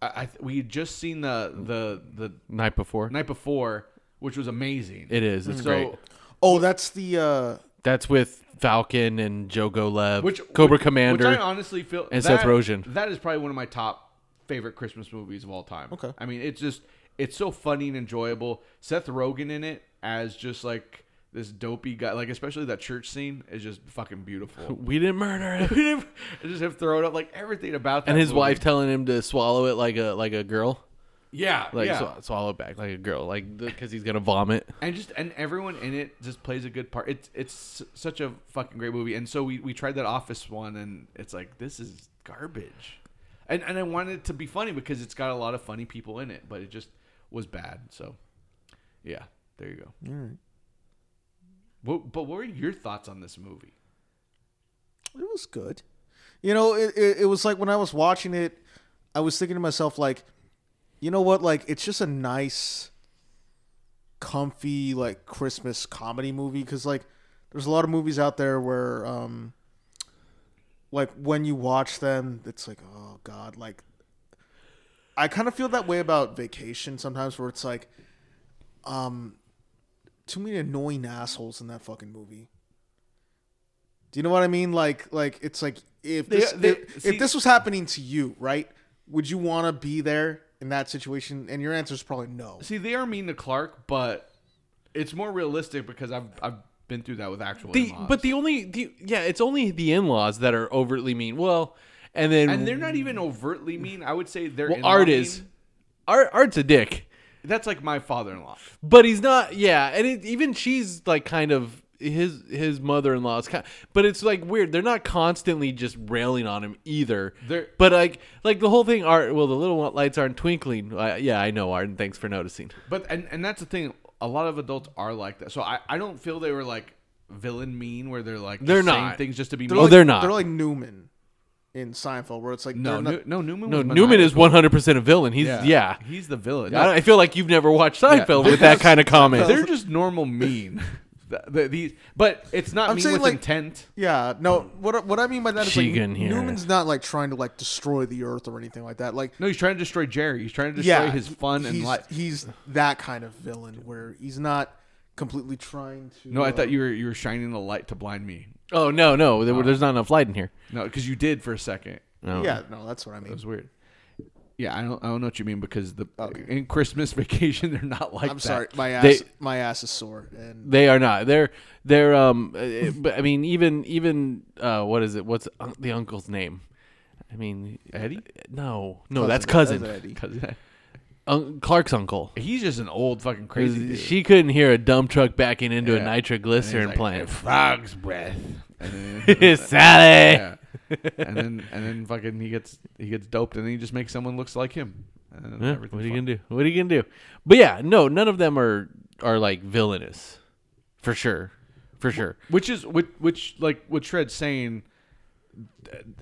C: I, I we had just seen the the the
B: Night before.
C: night before which was amazing
B: It is. It's
C: so
B: great.
D: Oh, that's the uh
B: That's with Falcon and Joe Golev,
C: which
B: Cobra
C: which-
B: Commander.
C: which I honestly feel
B: and
C: that-
B: Seth Rogen.
C: that is probably one of my top favorite Christmas movies of all time
D: Okay.
C: I mean it's just it's so funny and enjoyable Seth Rogen in it as just like this dopey guy like especially that church scene is just fucking beautiful
B: we didn't murder him.
C: and just him throwing up like everything about that.
B: and his
C: movie.
B: wife telling him to swallow it like a like a girl,
C: yeah,
B: like
C: yeah,
B: swa- swallow it back like a girl, like because he's gonna vomit.
C: and just and everyone in it just plays a good part. It's it's s- such a fucking great movie. And so we we tried that Office one, and it's like this is garbage. And and I wanted it to be funny because it's got a lot of funny people in it, but it just was bad. So yeah, there you go. All right. What, but what were your thoughts on this movie?
D: It was good. You know, it, it, it was like when I was watching it, I was thinking to myself, like, you know what? Like, it's just a nice, comfy, like, Christmas comedy movie. Cause, like, there's a lot of movies out there where, um, like, when you watch them, it's like, oh, God. Like, I kind of feel that way about vacation sometimes where it's like, um, too many annoying assholes in that fucking movie. Do you know what I mean? Like, like it's like if
C: They-
D: this,
C: they-
D: if,
C: see-
D: if this was happening to you, right? Would you want to be there in that situation? And your answer is probably no.
C: See, they are mean to Clark, but it's more realistic because I've I've been through that with actual.
B: The,
C: in-laws.
B: but the only the yeah, it's only the in laws that are overtly mean. Well, and then
C: and they're not even overtly mean. I would say they're
B: well,
C: in-law
B: Art is
C: mean.
B: Art, Art's a dick,
C: That's like my father-in-law.
B: but he's not. Yeah, and it, even she's like kind of his his mother in law is kind. But it's like weird. They're not constantly just railing on him either.
C: They're-
B: but like like the whole thing. Art well, the little lights aren't twinkling. Uh, yeah, I know Art, and thanks for noticing.
C: But and and that's the thing. A lot of adults are like that. So I I don't feel they were like villain mean where they're like just
B: They're
C: saying
B: not.
C: things just to be
B: Oh,
C: mean.
B: they're not.
D: They're like Newman in Seinfeld, where it's like
C: no,
D: they're
C: no,
D: not,
C: no, Newman.
B: No,
C: was
B: Newman is
C: maniacal.
B: one hundred percent a villain. He's yeah.
C: He's the villain.
B: I, I feel like you've never watched Seinfeld
C: Yeah.
B: with that kind of comment.
C: they're just normal mean. The- the- these, but it's not
D: I'm
C: mean
D: saying,
C: with
D: like-
C: intent.
D: yeah. No, what I- what I mean by that is like
B: Keegan here.
D: Newman's not like trying to like destroy the earth or anything like that. Like
C: No, he's trying to destroy Jerry. He's trying to destroy
D: yeah,
C: his fun
D: he's,
C: and life.
D: He's that kind of villain where he's not completely trying to.
C: No, I thought
D: uh,
C: you were you were shining the light to blind me.
B: Oh no, no,
C: Uh,
B: there, there's not enough light in here.
C: No, because you did for a second.
B: No.
D: Yeah, no, that's what I
C: It
D: mean.
C: was weird. Yeah, I don't I don't know what you mean because the in Christmas vacation they're not like
D: I'm
C: that.
D: sorry, my ass,
B: They-
D: my ass is sore, and
B: They are not. They're they're um. uh, But I mean, even even uh, what is it? What's un- the uncle's name? I mean, uh,
C: Eddie?
B: No, no, that's cousin.
D: That's Eddie.
C: 'Cause-
B: Un- Clark's uncle.
C: he's just an old fucking crazy dude.
B: She couldn't hear a dump truck backing into
C: Yeah.
B: a nitroglycerin
C: And he's like,
B: plant.
C: Frog's breath. And then,
B: Sally.
C: yeah. And then and then fucking he gets he gets doped and then he just makes someone looks like him. And
B: Yeah,
C: everything's
B: what are you
C: fine.
B: gonna do? What are you gonna do? But yeah, no, none of them are are like villainous, for sure, for sure.
C: Which is which, which like what Shred's saying.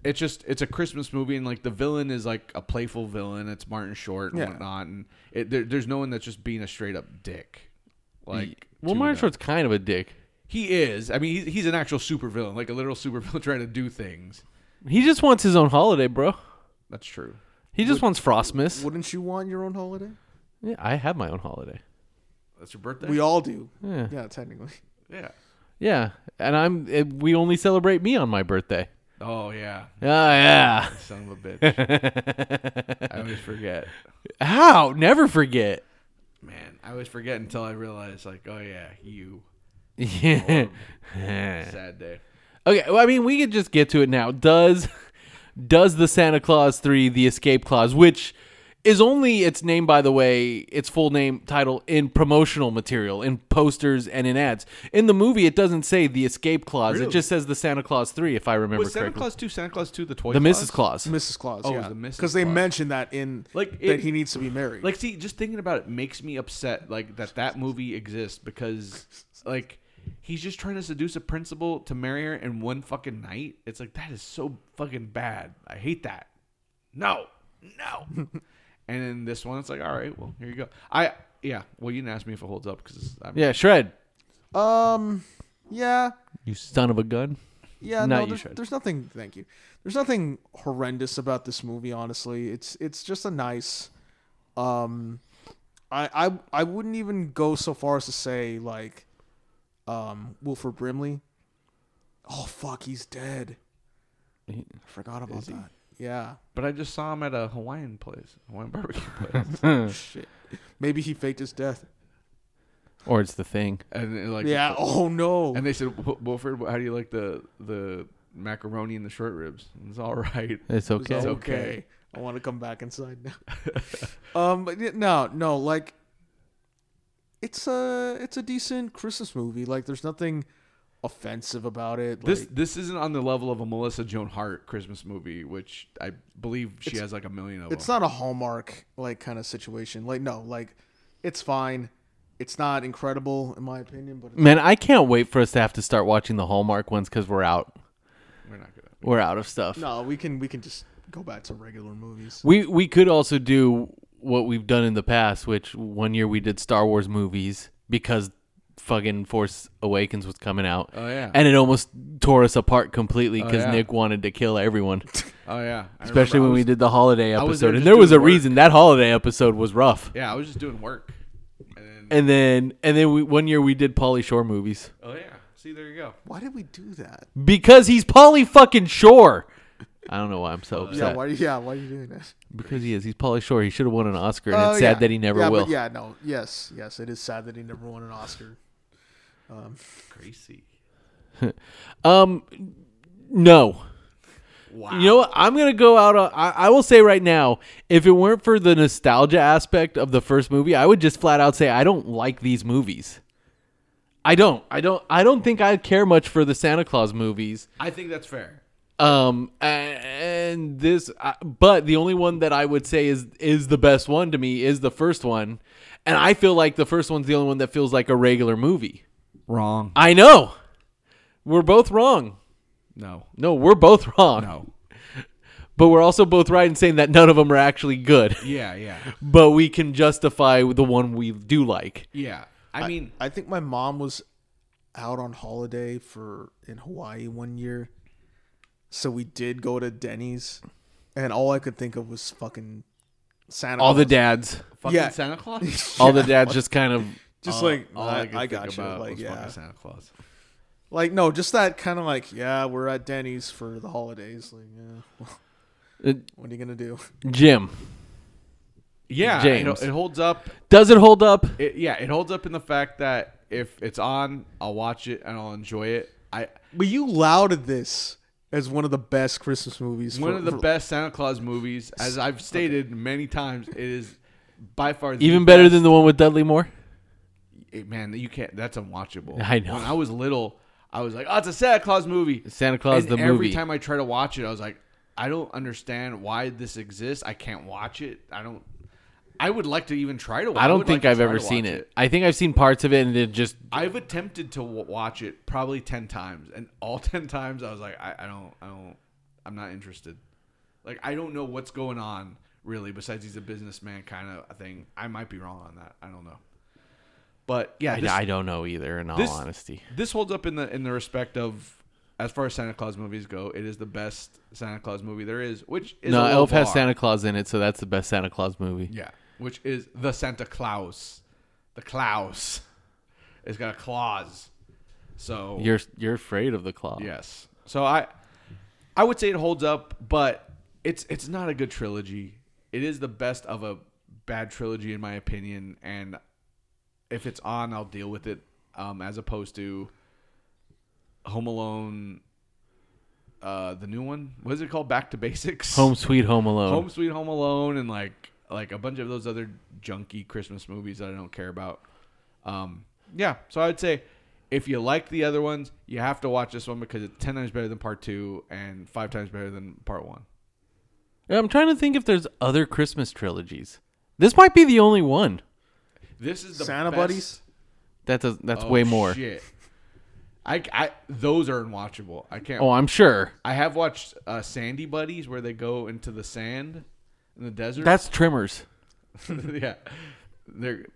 C: It's just it's a Christmas movie and like the villain is like a playful villain. It's Martin Short and
D: Yeah.
C: whatnot, and it, there, there's no one that's just being a straight up dick. Like
B: Well,
C: to
B: Martin
C: them.
B: Short's kind of a dick.
C: he is. I mean, he's, he's an actual supervillain, like a literal supervillain trying to do things.
B: He just wants his own holiday, bro.
C: That's true.
B: He just wants Frostmas.
D: wouldn't you want your own holiday?
B: yeah, I have my own holiday.
C: That's your birthday.
D: We all do.
B: Yeah.
D: yeah technically.
C: yeah.
B: Yeah, and I'm eh, we only celebrate me on my birthday.
C: Oh yeah,
B: Oh yeah.
C: son of a bitch. I always forget.
B: How? Never forget.
C: Man, I always forget until I realize, like, oh yeah, you
B: Yeah.
C: sad day.
B: Okay, well, I mean, we could just get to it now. Does does the Santa Claus three the escape clause, which is only its name, by the way, its full name title in promotional material, in posters and in ads. In the movie, it doesn't say the escape clause. It
C: Really?
B: just says the Santa Claus three, if I remember
C: Was Santa
B: correctly.
C: Claus two? Santa Claus two? The toy.
B: the
C: Claus?
B: Mrs. Claus.
D: Mrs. Claus.
C: Oh, it
D: yeah.
C: was the Mrs.
D: Because they
C: Claus.
D: mentioned that in
C: Like,
D: that
C: it-
D: he needs to be married.
C: Like, see, just thinking about it makes me upset. Like that that movie exists because, like, he's just trying to seduce a principal to marry her in one fucking night. It's like that is so fucking bad. I hate that. No, no. and then this one, it's like, all right, well, here you go. I yeah. Well, you didn't ask me if it holds up because I'm
B: Yeah, shred.
D: Um, yeah,
B: You son of a gun.
D: yeah.
B: Not
D: no,
B: you
D: there's,
B: should.
D: there's nothing. Thank you. There's nothing horrendous about this movie. Honestly, it's it's just a nice. Um, I I I wouldn't even go so far as to say like, um, Wilford Brimley. Oh fuck, he's dead.
B: He-
D: I forgot about that. Yeah.
C: But I just saw him at a Hawaiian place, Hawaiian barbecue place,
D: Shit. Maybe he faked his death.
B: Or it's the thing.
C: and it, like
D: Yeah. Oh no.
C: and they said, "Wil- Wilfred, how do you like the the macaroni and the short ribs? It's all right.
B: It's okay.
D: It's
C: okay.
D: okay. I want to come back inside now. um, but yeah, no, no, like it's a it's a decent Christmas movie. Like, there's nothing offensive about it.
C: This
D: like,
C: this isn't on the level of a Melissa Joan Hart Christmas movie, which I believe she has like a million of
D: it's
C: them.
D: not a Hallmark like kind of situation. Like, no, like it's fine. It's not incredible in my opinion, but it's,
B: Man, I can't wait for us to have to start watching the Hallmark ones because we're out.
C: We're not gonna.
B: We're out of stuff.
D: no, we can we can just go back to regular movies.
B: We we could also do what we've done in the past, which one year we did Star Wars movies because fucking Force Awakens was coming out.
C: Oh, yeah. Oh,
B: And it almost tore us apart completely because
C: yeah.
B: Nick wanted to kill everyone.
C: Oh yeah, I
B: Especially when
C: remember I
B: we
C: was-
B: did the holiday
C: was
B: episode.
C: there just
B: And there was a
C: doing work.
B: reason that holiday episode was rough.
C: Yeah, I was just doing work. And then,
B: And then and then we, one year we did Polly Shore movies.
C: oh yeah, see there you go.
D: Why did we do that?
B: Because he's Polly fucking Shore. I don't know why I'm so upset.
D: Yeah, why? Yeah, why are you doing this?
B: Because he is. He's Polly Shore. He should have won an Oscar, and
D: Oh,
B: it's
D: yeah.
B: sad that he never
D: yeah,
B: will.
D: But yeah, no, yes, yes, it is sad that he never won an Oscar.
C: Crazy.
B: Um, no.
C: Wow.
B: You know what? I'm gonna go out. On, I, I will say right now, if it weren't for the nostalgia aspect of the first movie, I would just flat out say I don't like these movies. I don't. I don't. I don't think I care much for the Santa Claus movies.
C: I think that's fair.
B: Um, and this, I- but the only one that I would say is is the best one to me is the first one, and I feel like the first one's the only one that feels like a regular movie.
C: Wrong.
B: I know, we're both wrong.
C: No.
B: No, we're both wrong.
C: No.
B: But we're also both right in saying that none of them are actually good.
C: Yeah, yeah,
B: But we can justify the one we do like.
C: yeah. I, mean,
D: I think my mom was out on holiday for in Hawaii one year. So we did go to Denny's and all I could think of was fucking Santa
B: All the
D: Claus.
B: dads,
C: fucking
D: yeah.
C: Santa Claus.
B: all the dads just kind of
D: just like
C: All
D: I,
C: could
D: I
C: think
D: got you
C: about
D: like
C: was
D: yeah
C: fucking Santa Claus.
D: like no just that kind of like yeah we're at Denny's for the holidays like yeah
B: uh,
D: what are you gonna do
B: Jim.
C: Yeah,
B: James.
C: It, it holds up.
B: Does it hold up?
C: It, yeah, it holds up in the fact that if it's on, I'll watch it and I'll enjoy it. I
D: but you lauded this as one of the best Christmas movies
C: one
D: for-
C: of the
D: for-
C: best Santa Claus movies, as I've stated many times, it is by far the
B: Even better
C: best.
B: than the one with Dudley Moore?
C: Eh, man. You can't. That's unwatchable.
B: I know.
C: When I was little, I was like, "Oh, it's a Santa Claus movie."
B: Santa Claus
C: and
B: the
C: every
B: movie.
C: time I try to watch it, I was like, "I don't understand why this exists. I can't watch it. I don't." I would like to even try to. watch
B: I don't think I've ever seen it. I think I've seen parts of it and it just
C: I've attempted to w- watch it probably ten times, and all ten times I was like, I, I don't, I don't, I'm not interested. Like I don't know what's going on really. Besides, he's a businessman kind of thing. I might be wrong on that. I don't know. But yeah,
B: I,
C: this,
B: I don't know either in all
C: this-
B: honesty.
C: this holds up in the in the respect of as far as Santa Claus movies go, it is the best Santa Claus movie there is, which is
B: No,
C: a low
B: Elf has
C: bar.
B: Santa Claus in it, so that's the best Santa Claus movie.
C: Yeah, which is the Santa Claus, the Claus. It's got a claws. So
B: You're you're afraid of the Claus.
C: Yes. So I I would say it holds up, but it's it's not a good trilogy. It is the best of a bad trilogy in my opinion, and if it's on, I'll deal with it. Um, as opposed to Home Alone, uh, the new one. What is it called? Back to Basics.
B: Home Sweet Home Alone.
C: Home Sweet Home Alone, and like like a bunch of those other junky Christmas movies that I don't care about. Um, yeah, so I would say if you like the other ones, you have to watch this one because it's ten times better than part two and five times better than part one.
B: Yeah, I'm trying to think if there's other Christmas trilogies. This might be the only one.
C: This is the
D: Santa
C: best-
D: buddies
B: That does, that's
C: Oh,
B: way more.
C: Shit. I, I those are unwatchable. I can't.
B: Oh, I'm sure.
C: I have watched uh, Sandy Buddies where they go into the sand in the desert.
B: That's Trimmers.
C: yeah, they're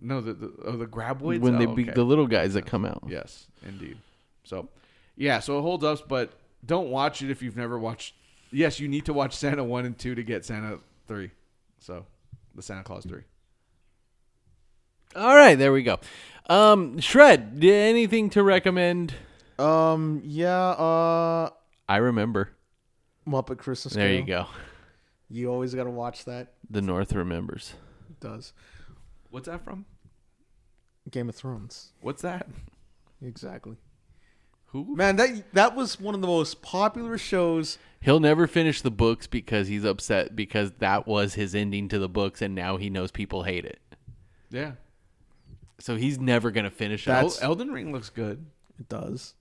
C: No, the the, oh, the graboids
B: when they
C: Oh,
B: be
C: okay.
B: the little guys that come out.
C: Yes, indeed. So, yeah, so it holds up, but don't watch it if you've never watched. Yes, you need to watch Santa one and two to get Santa three. So, the Santa Claus three.
B: All right, there we go. Um, Shred, d- anything to recommend?
D: Um, yeah, uh,
B: I remember.
D: Muppet Christmas.
B: There you
D: Carol.
B: go.
D: You always gotta watch that.
B: The North remembers.
D: It does
C: What's that from?
D: Game of Thrones
C: What's that?
D: exactly?
C: Who?
D: Man, that that was one of the most popular shows.
B: He'll never finish the books because he's upset because that was his ending to the books, and now he knows people hate it.
C: Yeah.
B: So he's never gonna finish it.
C: El-
D: That's-
C: Elden Ring looks good.
D: It does.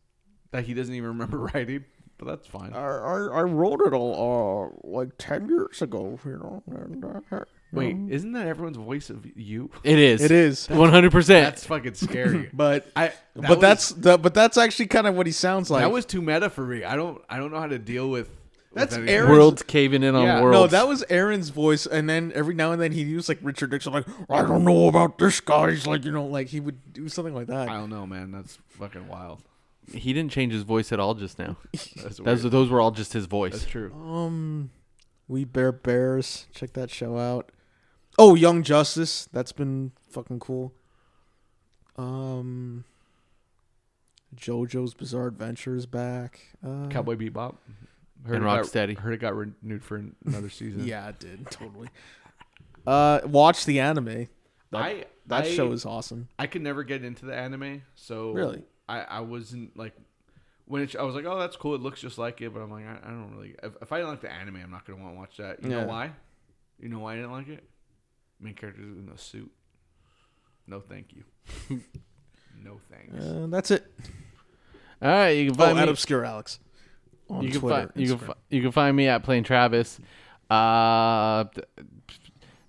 C: That he doesn't even remember writing, but that's fine.
D: I, I, I wrote it all uh like ten years ago, you know. And, uh,
C: Wait, isn't that everyone's voice of you?
B: It is.
D: It is.
B: One hundred percent.
C: That's fucking scary.
D: but
C: I. that
D: but
C: was-
D: that's the, but that's actually kind of what he sounds like.
C: that was too meta for me. I don't. I don't know how to deal with. with
D: That's
C: anything.
D: Aaron-
B: World's caving in on
C: Yeah. No,
B: worlds.
D: No, that was Aaron's voice, and then every now and then he used like Richard Dixon, like I don't know about this guy's, like you know, like he would do something like that.
C: I don't know, man. That's fucking wild.
B: he didn't change his voice at all just now.
C: That's Oh, weird.
B: Those those were all just his voice.
C: that's true.
D: Um, We Bear Bears, check that show out. Oh, Young Justice, that's been fucking cool. Um, JoJo's Bizarre Adventure is back. Uh,
C: Cowboy Bebop.
B: And
C: it got-
B: Rocksteady.
C: Heard it got renewed for another season.
D: yeah, it did totally. Uh, watch the anime. That,
C: I-
D: that
C: I-
D: show is awesome.
C: I could never get into the anime, so
D: Really?
C: I I wasn't like when it, I was like, oh, that's cool. It looks just like it, but I'm like, I, I don't really. If, if I didn't like the anime, I'm not gonna want to watch that. You
D: Yeah.
C: know why? You know why I didn't like it? Main characters in a suit. No, thank you. no thanks.
D: Uh, that's it.
B: All right, you can
D: Oh,
B: find
D: at
B: me.
D: Obscure Alex on
B: you can
D: Twitter.
B: find you can,
D: Instagram.
B: fi- you can find me at Plain Travis. Uh, th-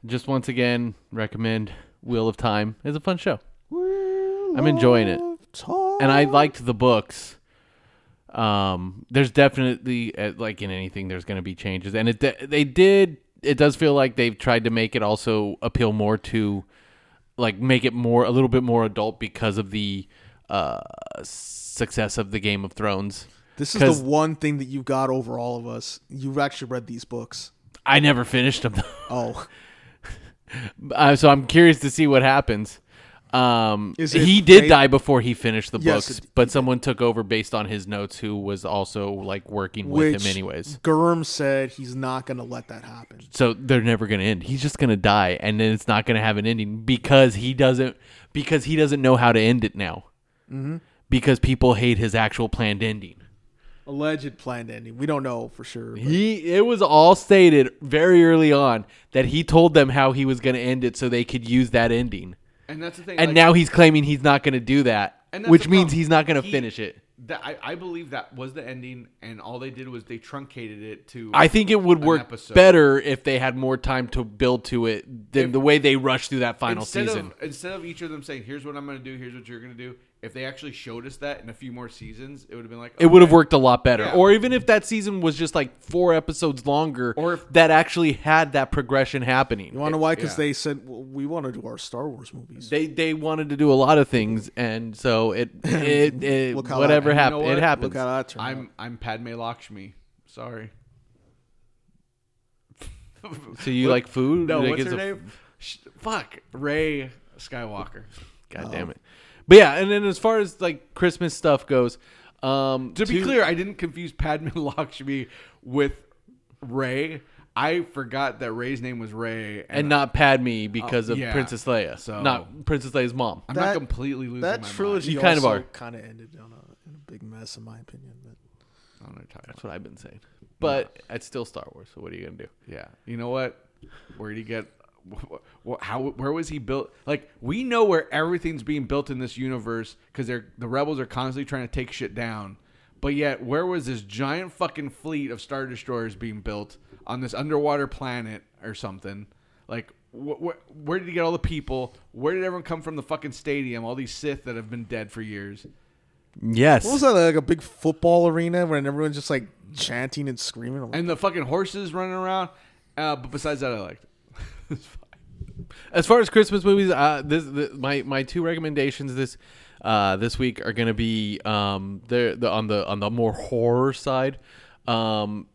B: just once again, recommend Wheel of Time. It's a fun show. I'm enjoying it, and I liked the books. Um, there's definitely uh, like in anything, there's going to be changes, and it de- they did. It does feel like they've tried to make it also appeal more to, like, make it more a little bit more adult because of the uh, success of the Game of Thrones.
D: This
B: 'Cause-
D: is the one thing that you got over all of us. You've actually read these books.
B: I never finished them, though.
D: Oh,
B: uh, so I'm curious to see what happens. Um,
D: Is it
B: he did
D: ba-
B: die before he finished the
D: Yes,
B: books,
D: it-
B: but someone took over based on his notes, who was also like working with
D: which
B: him anyways.
D: Gurm said he's not going to let that happen.
B: So they're never going to end. He's just going to die, and then it's not going to have an ending because he doesn't because he doesn't know how to end it now.
C: Mm-hmm.
B: Because people hate his actual planned ending.
D: Alleged planned ending. We don't know for sure. but-
B: He it was all stated very early on that he told them how he was going to end it so they could use that ending.
C: And that's the thing.
B: and
C: like,
B: now he's claiming he's not going to do that,
C: And that's
B: which
C: the
B: means
C: problem.
B: he's not going to
C: He-
B: finish it.
C: that I, I believe that was the ending, and all they did was they truncated it to.
B: I think it would work
C: episode.
B: better if they had more time to build to it than
C: If-
B: the way they rushed through that final
C: instead
B: season.
C: Of, instead of each of them saying, "Here's what I'm going to do. Here's what you're going to do," if they actually showed us that in a few more seasons, it would have been like
B: it would have worked a lot better.
C: Yeah.
B: Or even if that season was just like four episodes longer,
C: Or if-
B: that actually had that progression
D: you
B: happening.
D: want to know why? Because
C: yeah.
D: they said well, we want to do our Star Wars movies.
B: They they wanted to do a lot of things, and so it it, it
D: Look how
B: whatever
D: that-
C: and you
B: happened
C: know
B: it
C: what?
B: happens.
D: Look how that turned out.
C: I'm I'm Padme Lakshmi. Sorry.
B: so you like food?
C: No,
B: Like,
C: what's
B: it's
C: her
B: a-
C: name? Sh- fuck, Ray Skywalker. Oh.
B: God damn it. But yeah, and then as far as like Christmas stuff goes, um
C: To be
B: two-
C: clear, I didn't confuse Padme Lakshmi with Ray. I forgot that Ray's name was Ray, and,
B: and not Padme because
C: Oh,
B: of
C: yeah.
B: Princess Leia.
C: So-
B: not Princess Leia's mom.
C: I'm
D: That-
C: not completely losing
D: that
C: my
D: trilogy
B: You kind of
D: also
B: are.
D: kind of ended on a, in a big mess, in my opinion. But
C: mind. I don't know what you're talking
B: That's what I've been saying. But it's still Star Wars, so what are you gonna do?
C: Yeah. You know what? Where did he get? wh- wh- How? Where was he built? Like we know where everything's being built in this universe because they're the rebels are constantly trying to take shit down. But yet, where was this giant fucking fleet of star destroyers being built on this underwater planet or something? Like, wh- wh- where did he get all the people? Where did everyone come from? The fucking stadium, all these Sith that have been dead for years.
B: Yes.
D: what was that like a big football arena when everyone's just like chanting and screaming? I'm like,
C: and the fucking horses running around. Uh, but besides that, I liked it. It's fine.
B: as far as Christmas movies, uh, this, th my my two recommendations this uh, this week are gonna be um, the, the on the on the more horror side. Um,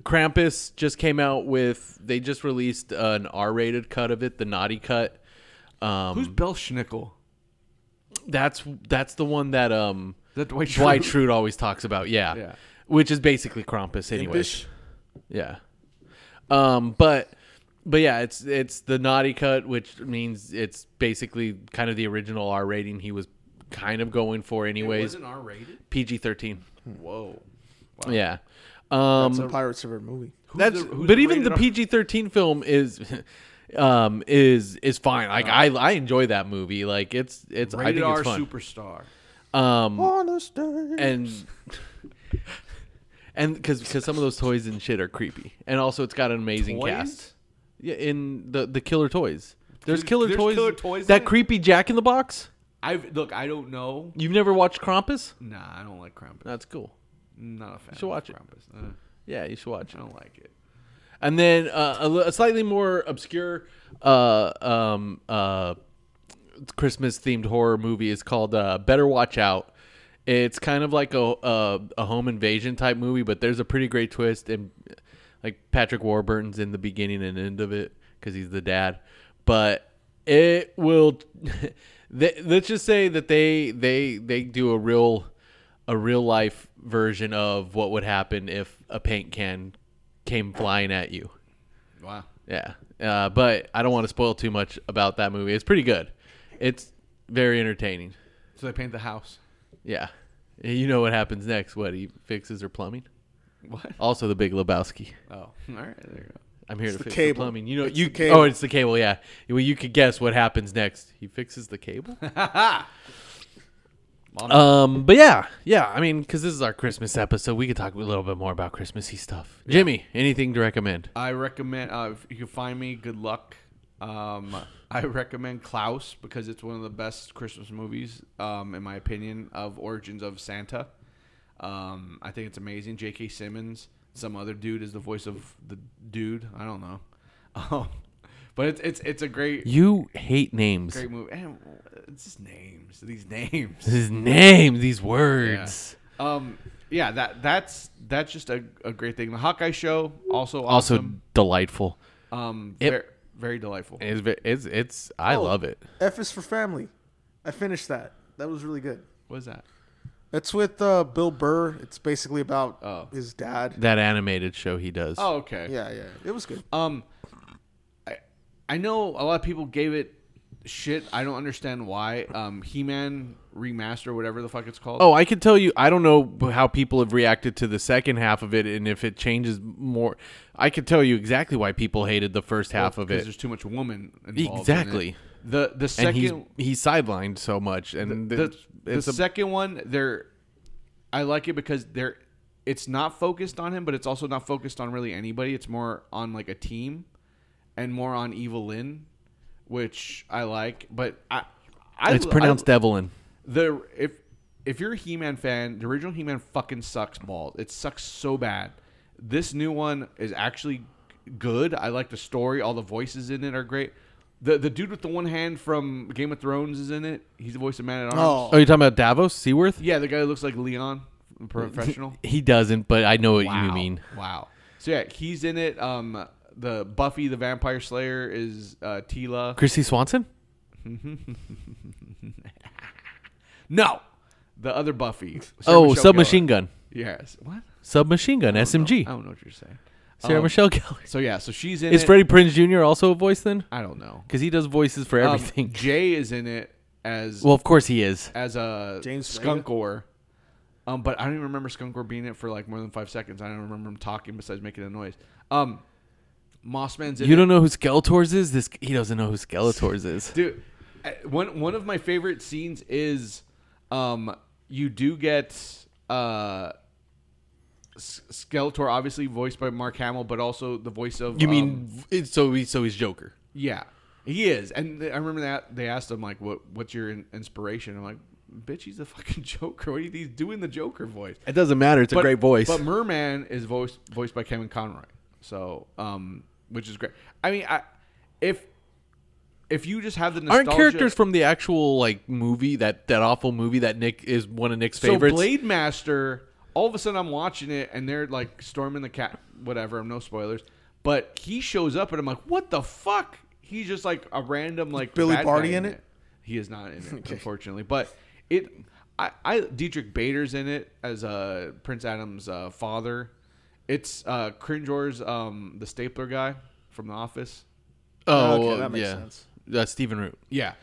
B: Krampus just came out with they just released an R-rated cut of it, the naughty cut. Um,
C: Who's Belschnickel?
B: that's that's the one that um
C: That Dwight Schrute?
B: Dwight Schrute always talks about. Yeah,
C: Yeah.
B: which is basically Krampus, anyways. Yeah. Um, but but yeah, it's it's the naughty cut, which means it's basically kind of the original R rating he was kind of going for, anyways.
C: R rated.
B: PG thirteen.
C: Whoa.
B: Yeah. Um,
D: It's a Pirates of a movie.
C: Who's
B: that's
C: the- who's
B: but even
C: rated
B: the
C: R-
B: PG thirteen film is um is is fine. Like I I enjoy that movie. Like it's it's I
C: Uh-huh. rated
B: think
C: R
B: it's fun.
C: superstar.
B: um
D: Honesty.
B: and and because because some of those toys and shit are creepy, and also it's got an amazing
C: Toys?
B: cast. Yeah, in the the killer toys. There's
C: Dude,
B: killer
C: there's
B: toys.
C: Killer Toys in
B: that
C: it?
B: creepy Jack in the Box.
C: I look. I don't know.
B: You've never watched Krampus?
C: Nah, I don't like Krampus.
B: That's cool.
C: Not a fan.
B: should
C: of
B: watch it.
C: Krampus. Uh,
B: Yeah, you should watch
C: I
B: it.
C: don't like it.
B: And then uh, a, li- a slightly more obscure uh, um, uh, Christmas themed horror movie is called uh, Better Watch Out. It's kind of like a, a a home invasion type movie, but there's a pretty great twist and like Patrick Warburton's in the beginning and end of it because he's the dad. But it will. they, let's just say that they they they do a real a real life version of what would happen if a paint can came flying at you.
C: Wow.
B: Yeah. Uh, but I don't want to spoil too much about that movie. It's pretty good. It's very entertaining.
C: So they paint the house.
B: Yeah. You know what happens next. What? He fixes her plumbing?
C: What?
B: Also, the Big Lebowski.
C: Oh, all right. There you go.
B: I'm here to
D: the
B: fix
D: cable.
B: the plumbing. You know,
D: It's
B: you.
D: the cable.
B: Oh, it's the cable. Yeah. Well, you could guess what happens next. He fixes the cable. um. But yeah, yeah. I mean, because this is our Christmas episode, we could talk a little bit more about Christmassy stuff. Jimmy, anything to recommend?
C: I recommend. Uh, if you can find me, good luck. Um, I recommend Klaus because it's one of the best Christmas movies, um, in my opinion, of origins of Santa. Um, I think it's amazing. J.K. Simmons, some other dude is the voice of the dude. I don't know, um, but it's it's it's a great
B: You hate names.
C: great movie. And uh, it's just names. These names.
B: His name. These words.
C: Um, yeah, that that's that's just a, a great thing. The Hawkeye show also
B: Also
C: awesome.
B: delightful.
C: um,
B: Yep.
C: ver- very delightful.
B: It's ve- it's it's. I
C: Oh.
B: love it.
D: F is for family. I finished that. That was really good.
C: What is that?
D: It's with uh, Bill Burr. It's basically about
C: Oh.
D: his dad.
B: That animated show he does.
C: Oh, okay.
D: Yeah, yeah. It was good.
C: Um, I I know a lot of people gave it shit. I don't understand why. Um, He Man remaster, whatever the fuck it's called.
B: Oh, I could tell you. I don't know how people have reacted to the second half of it, and if it changes more. I could tell you exactly why people hated the first half of
C: because
B: it,
C: there's too much woman involved. in it.
B: Exactly.
C: The the
B: and
C: second
B: he's he's sidelined so much, and
C: the,
B: it's-
C: the
B: it's a-
C: second one they're i like it because they're it's not focused on him but it's also not focused on really anybody it's more on like a team and more on evil lynn which i like but i, I
B: it's pronounced
C: I,
B: Evelyn.
C: the if if you're a he-man fan the original he-man fucking sucks balls it sucks so bad this new one is actually good i like the story all the voices in it are great the, the dude with the one hand from Game of Thrones is in it. He's the voice of Man at Arms.
D: Oh,
B: Oh, you're talking about Davos Seaworth?
C: Yeah, the guy who looks like Leon, from professional.
B: He doesn't, but I know what you mean.
C: Wow. So yeah, he's in it. Um, the Buffy the Vampire Slayer is uh, Tila.
B: Christy Swanson.
C: No, the other Buffy. Sarah
B: oh,
C: Michelle
B: submachine
C: Gellar.
B: gun.
C: Yes. What?
B: Submachine gun.
C: I
B: SMG.
C: don't know what you're saying.
B: Sarah
C: Um,
B: Michelle Gellar.
C: So yeah, so she's in.
B: Is
C: it.
B: Freddie Prinze Jr. also a voice then?
C: I don't know.
B: Because he does voices for
C: Um,
B: everything.
C: Jay is in it as
B: well, of course he is.
C: as a
D: James Spader?
C: Skunkor. Um, but I don't even remember Skunkor being in it for like more than five seconds. I don't remember him talking besides making a noise. Um, Mossman's in
B: You
C: it.
B: don't know who Skeletor's is? This he doesn't know who Skeletor's is.
C: dude uh, one one of my favorite scenes is um you do get uh S- skeletor obviously voiced by mark hamill but also the voice of
B: You
C: um,
B: mean it's so he's so he's Joker.
C: yeah he is and th- i remember that they asked him like what what's your in- inspiration i'm like bitch he's the fucking joker what are you, he's doing the joker voice
B: It doesn't matter. It's
C: but, But Merman is voiced voiced by Kevin Conroy, so um, which is great. I mean, I if if you just have the nostalgia,
B: Aren't characters from the actual like movie that that awful movie that Nick is one of Nick's
C: so
B: favorites?
C: Blade Master. All of a sudden, I'm watching it, and they're like storming the cat. Whatever. I'm no spoilers, but he shows up, and I'm like, what the fuck? He's just like a random like
D: Billy
C: bad
D: Barty
C: guy
D: in it?
C: He is not in it, unfortunately. But it, I, I Dietrich Bader's in it as uh, Prince Adam's uh, father. It's uh, Cringeor's um, the stapler guy from The Office.
B: oh,
D: Okay,
B: uh,
D: that makes
B: yeah.
D: sense.
B: That's Stephen Root.
C: Yeah,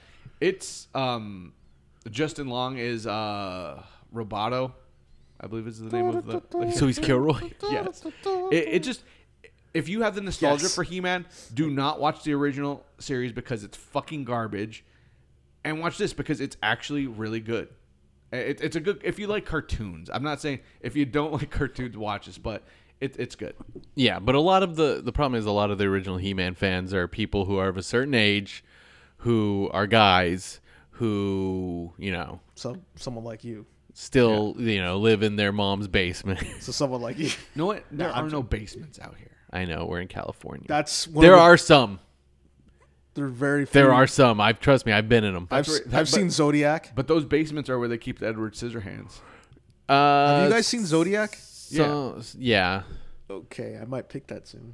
C: it's um, Justin Long is uh, Roboto, I believe is the name of the.
B: So he's Kilroy.
C: yes, it, it just if you have the nostalgia
D: Yes.
C: for He-Man, do not watch the original series because it's fucking garbage, and watch this because it's actually really good. It, it's a good if you like cartoons. I'm not saying if you don't like cartoons, watch this, but it, it's good.
B: Yeah, but a lot of the the problem is a lot of the original He-Man fans are people who are of a certain age, who are guys who you know
D: So someone like you.
B: still you know live in their mom's basement.
D: So someone like you.
C: You know what? There are no basements out here.
B: I know we're in California.
D: That's one
B: there
D: of the-
B: are some.
D: They're very. Few.
B: There are some. I've trust me. I've been in them.
D: I've,
C: That's right,
D: I've
C: that-
D: seen
C: but-
D: Zodiac.
C: But those basements are where they keep the Edward Scissorhands.
B: Uh,
D: Have you guys seen Zodiac?
B: So, yeah.
D: Okay, I might pick that soon.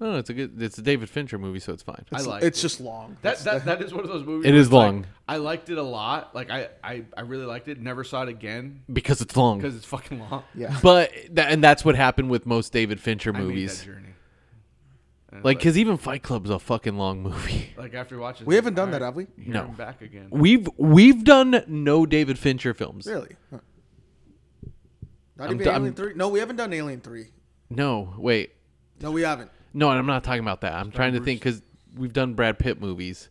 B: No, it's a good. It's a David Fincher movie, so it's fine.
C: I like
D: It's just long.
C: That, that that is one of those movies.
B: It
C: where
B: is
C: it's like,
B: long.
C: I liked it a lot. Like I, I, I really liked it. Never saw it again
B: because it's long.
C: because it's fucking long.
D: yeah.
B: but that, and that's what happened with most David Fincher
C: I made that
B: movies.
C: journey. And
B: Like, cause even Fight Club's a fucking long movie.
C: like after watching,
D: We
C: it,
D: haven't done
C: all
D: that, have we?
C: here
B: No.
C: I'm back again.
B: We've we've done no David Fincher films.
D: Really? Huh. Not
B: I'm
D: even
B: d-
D: Alien
B: I'm-
D: Three. No, we haven't done Alien Three.
B: No, wait,
D: No, we haven't.
B: no, and I'm not talking about that. I'm trying to think because we've done Brad Pitt movies,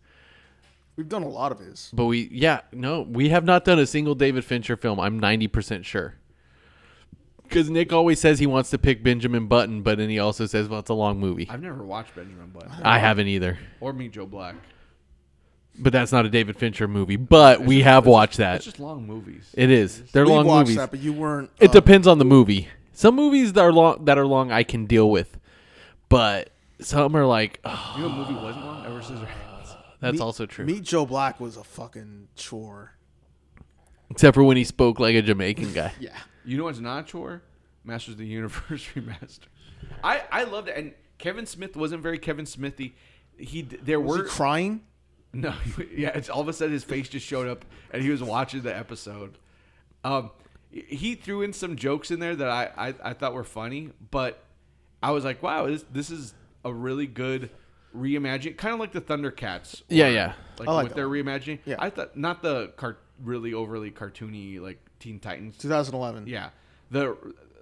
D: We've done a lot of his.
B: but we yeah no we have not done a single David Fincher film. I'm ninety percent sure. Because Nick always says he wants to pick Benjamin Button, but then he also says, "Well, it's a long movie."
C: I've never watched Benjamin Button
B: I haven't either.
C: or Meet Joe Black.
B: But that's not a David Fincher movie. But we have watched
C: It's
B: that.
C: just long movies.
B: It is. They're
D: We
B: long
D: watched
B: movies.
D: that, but you weren't.
B: It
D: uh,
B: depends on the movie. Some movies that are long that are long I can deal with, but some are like oh,
C: you know, what movie wasn't long. Ever Scissorhands.
B: that's
D: Meet-
B: also true.
D: Meet Joe Black was a fucking chore.
B: Except for when he spoke like a Jamaican guy.
D: Yeah.
C: You know what's not a chore? Masters of the Universe remaster. I I loved it, and Kevin Smith wasn't very Kevin Smithy. He d- there
D: Was
C: were
D: he crying?
C: No, yeah, it's all of a sudden his face just showed up, and he was watching the episode. Um, he threw in some jokes in there that I, I, I thought were funny, but I was like, wow, this this is a really good reimagining, kind of like the Thundercats.
B: Yeah, yeah.
C: like,
D: I like
C: with
D: that
C: their reimagining.
D: Yeah.
C: I thought not the car- really overly cartoony like Teen Titans.
D: 2011.
C: Yeah, the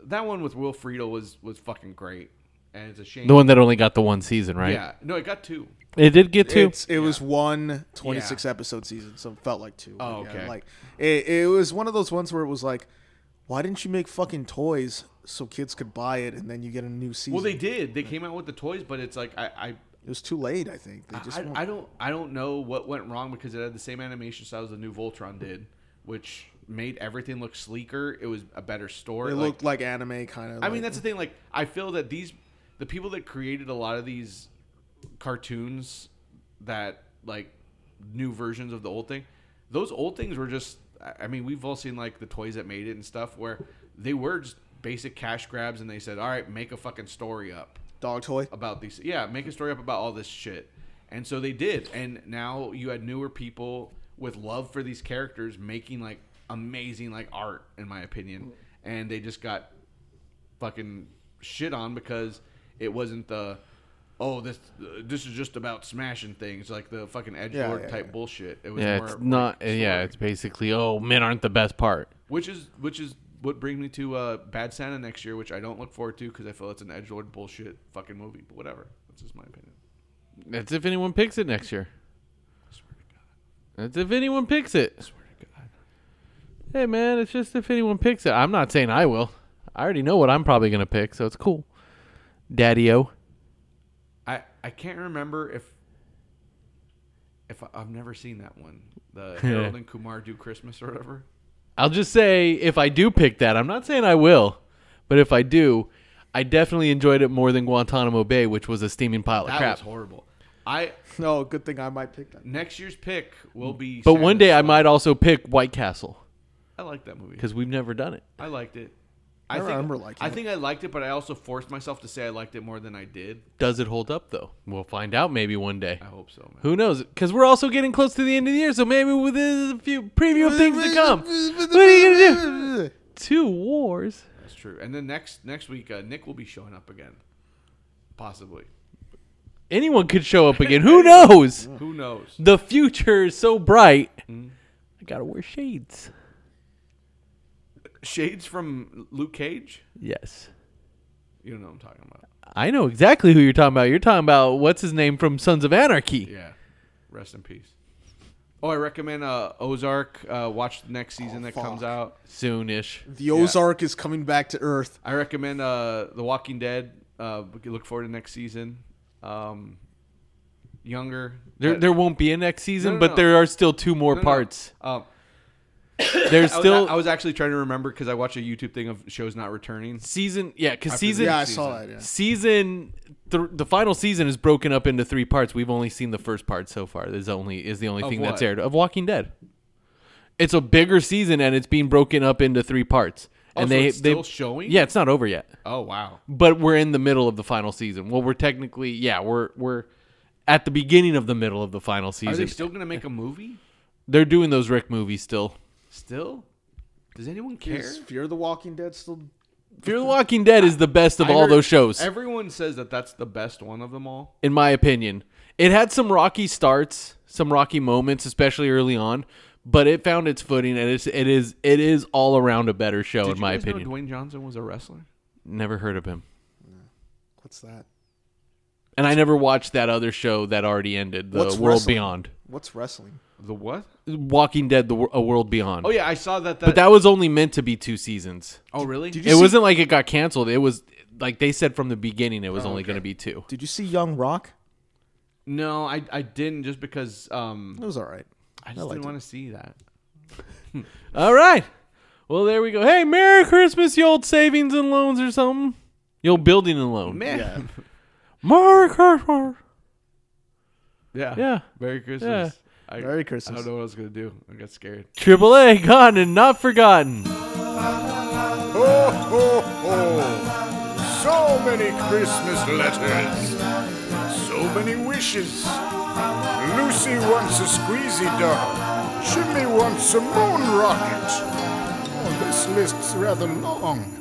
C: that one with Will Friedle was was fucking great, and it's a shame.
B: The one that only got the one season, right?
C: yeah, no, it got two.
B: It did get two.
D: It's, it was one 26 episode season, so it felt like two.
C: Oh,
D: Yeah,
C: okay.
D: like it, it was one of those ones where it was like, why didn't you make fucking toys so kids could buy it and then you get a new season?
C: Well, they did. They came out with the toys, but it's like I, I
D: It was too late, I think. They just
C: I,
D: won't-
C: I don't I don't know what went wrong because it had the same animation style as the new Voltron did, which made everything look sleeker. It was a better story.
D: It
C: Like,
D: looked like anime kind of.
C: I mean that's the thing. Like I feel that these the people that created a lot of these cartoons that like new versions of the old thing, those old things were just. I I mean we've all seen like the toys that made it and stuff where they were just basic cash grabs and they said all right make a fucking story up
D: dog toy.
C: about these. Yeah, make a story up about all this shit. And so they did. And now you had newer people with love for these characters making like amazing like art, in my opinion. And they just got fucking shit on because it wasn't the oh this this is just about smashing things like the fucking edge
D: Yeah,
C: lord
D: yeah,
C: type
D: yeah.
C: bullshit. It was
B: Yeah,
C: more
B: it's
C: like,
B: not. yeah,
C: story.
B: it's basically oh men aren't the best part.
C: which is which is what brings me to uh, Bad Santa next year, which I don't look forward to because I feel it's an edge lord bullshit fucking movie. But whatever, that's just my opinion.
B: That's if anyone picks it next year. That's if anyone picks it. Hey man, it's just if anyone picks it. I'm not saying I will. I already know what I'm probably gonna pick, so it's cool. Daddy O.
C: I I can't remember if if I, I've never seen that one. The Harold and Kumar do Christmas or whatever.
B: I'll just say if I do pick that, I'm not saying I will, but if I do, I definitely enjoyed it more than Guantanamo Bay, which was a steaming pile of
C: That
B: crap.
C: was horrible. I
D: No, Oh, good thing I might pick that.
C: next year's pick will be.
B: But one
C: Sanders.
B: day I might also pick White Castle
C: I like that movie.
B: because we've never done it.
C: I liked it. I,
D: remember liking
C: I
D: it.
C: think I liked it, but I also forced myself to say I liked it more than I did.
B: Does it hold up though? We'll find out maybe one day.
C: I hope so, man.
B: Who knows? Because we're also getting close to the end of the year, so maybe with a few preview of things to come. What are you gonna do? Two wars.
C: That's true. And then next next week, uh, Nick will be showing up again, possibly.
B: Anyone could show up again. Who knows?
C: Who knows?
B: The future is so bright.
C: Mm.
B: I gotta wear shades.
C: Shades from Luke Cage.
B: Yes.
C: You know what I'm talking about.
B: I know exactly who you're talking about. You're talking about what's his name from Sons of Anarchy.
C: Yeah. Rest in peace. Oh, I recommend uh, Ozark. Uh, watch the next season that comes out.
B: Soonish.
D: The Ozark is coming back to Earth.
C: I recommend uh, The Walking Dead. Uh, we can look forward to next season. Um, younger.
B: There,
C: Uh,
B: there won't be a next season,
C: No, no,
B: but
C: no.
B: there are still two more
C: no, no.
B: parts.
C: Um,
B: There's
C: I was-
B: still
C: I was actually trying to remember because I watched a YouTube thing of shows not returning.
B: season. Yeah, because
C: the
B: season
D: Yeah, I
C: season.
D: saw that. Yeah.
B: season th- the final season is broken up into three parts. We've only seen the first part so far. Is only is the only thing that's
C: what?
B: aired of Walking Dead. It's a bigger season and it's being broken up into three parts.
C: Oh,
B: and
C: so
B: they
C: it's
B: they
C: still showing?
B: Yeah, it's not over yet.
C: Oh wow.
B: But we're in the middle of the final season. Well, we're technically yeah, we're we're at the beginning of the middle of the final
C: Are
B: season.
C: they still gonna make a movie?
B: They're doing those Rick movies still.
C: Still? Does anyone care?
D: Is Fear the Walking Dead still?
B: Fear the Walking Dead is the best of
C: I
B: all
C: heard-
B: those shows.
C: Everyone says that that's the best one of them all.
B: in my opinion. It had some rocky starts, some rocky moments, especially early on, but it found its footing, and it's it is it is all around a better show
C: Did
B: in
C: you
B: my
C: guys know
B: opinion.
C: Dwayne Johnson was a wrestler.
B: never heard of him,
D: What's that?
B: and I never watched that other show that already ended, The
D: What's
B: World
D: wrestling?
B: Beyond,
D: What's wrestling?
C: The what?
B: Walking Dead, The Wor- A World Beyond.
C: Oh yeah, I saw that. That.
B: but that was only meant to be two seasons.
C: oh really?
D: Did
B: It
D: you see,
B: wasn't like it got canceled. It was like they said from the beginning it was
C: Oh,
B: only going to be two.
D: Did you see Young Rock?
C: no, I I didn't just because um
D: It was all right.
C: I just
D: liked
C: didn't want to see that.
B: All right. Well, there we go. Hey, Merry Christmas, you old savings and loans or something. You old building and loan.
C: Man. Yeah.
B: Merry Christmas.
C: yeah.
B: Yeah.
C: Merry Christmas. I,
D: Merry
C: I
D: Christmas.
C: don't know what I was gonna do. I got scared.
B: Triple A, gone and not forgotten.
F: Ho, ho, ho. So many Christmas letters. So many wishes. Lucy wants a squeezy doll. Jimmy wants a moon rocket. Oh, this list's rather long.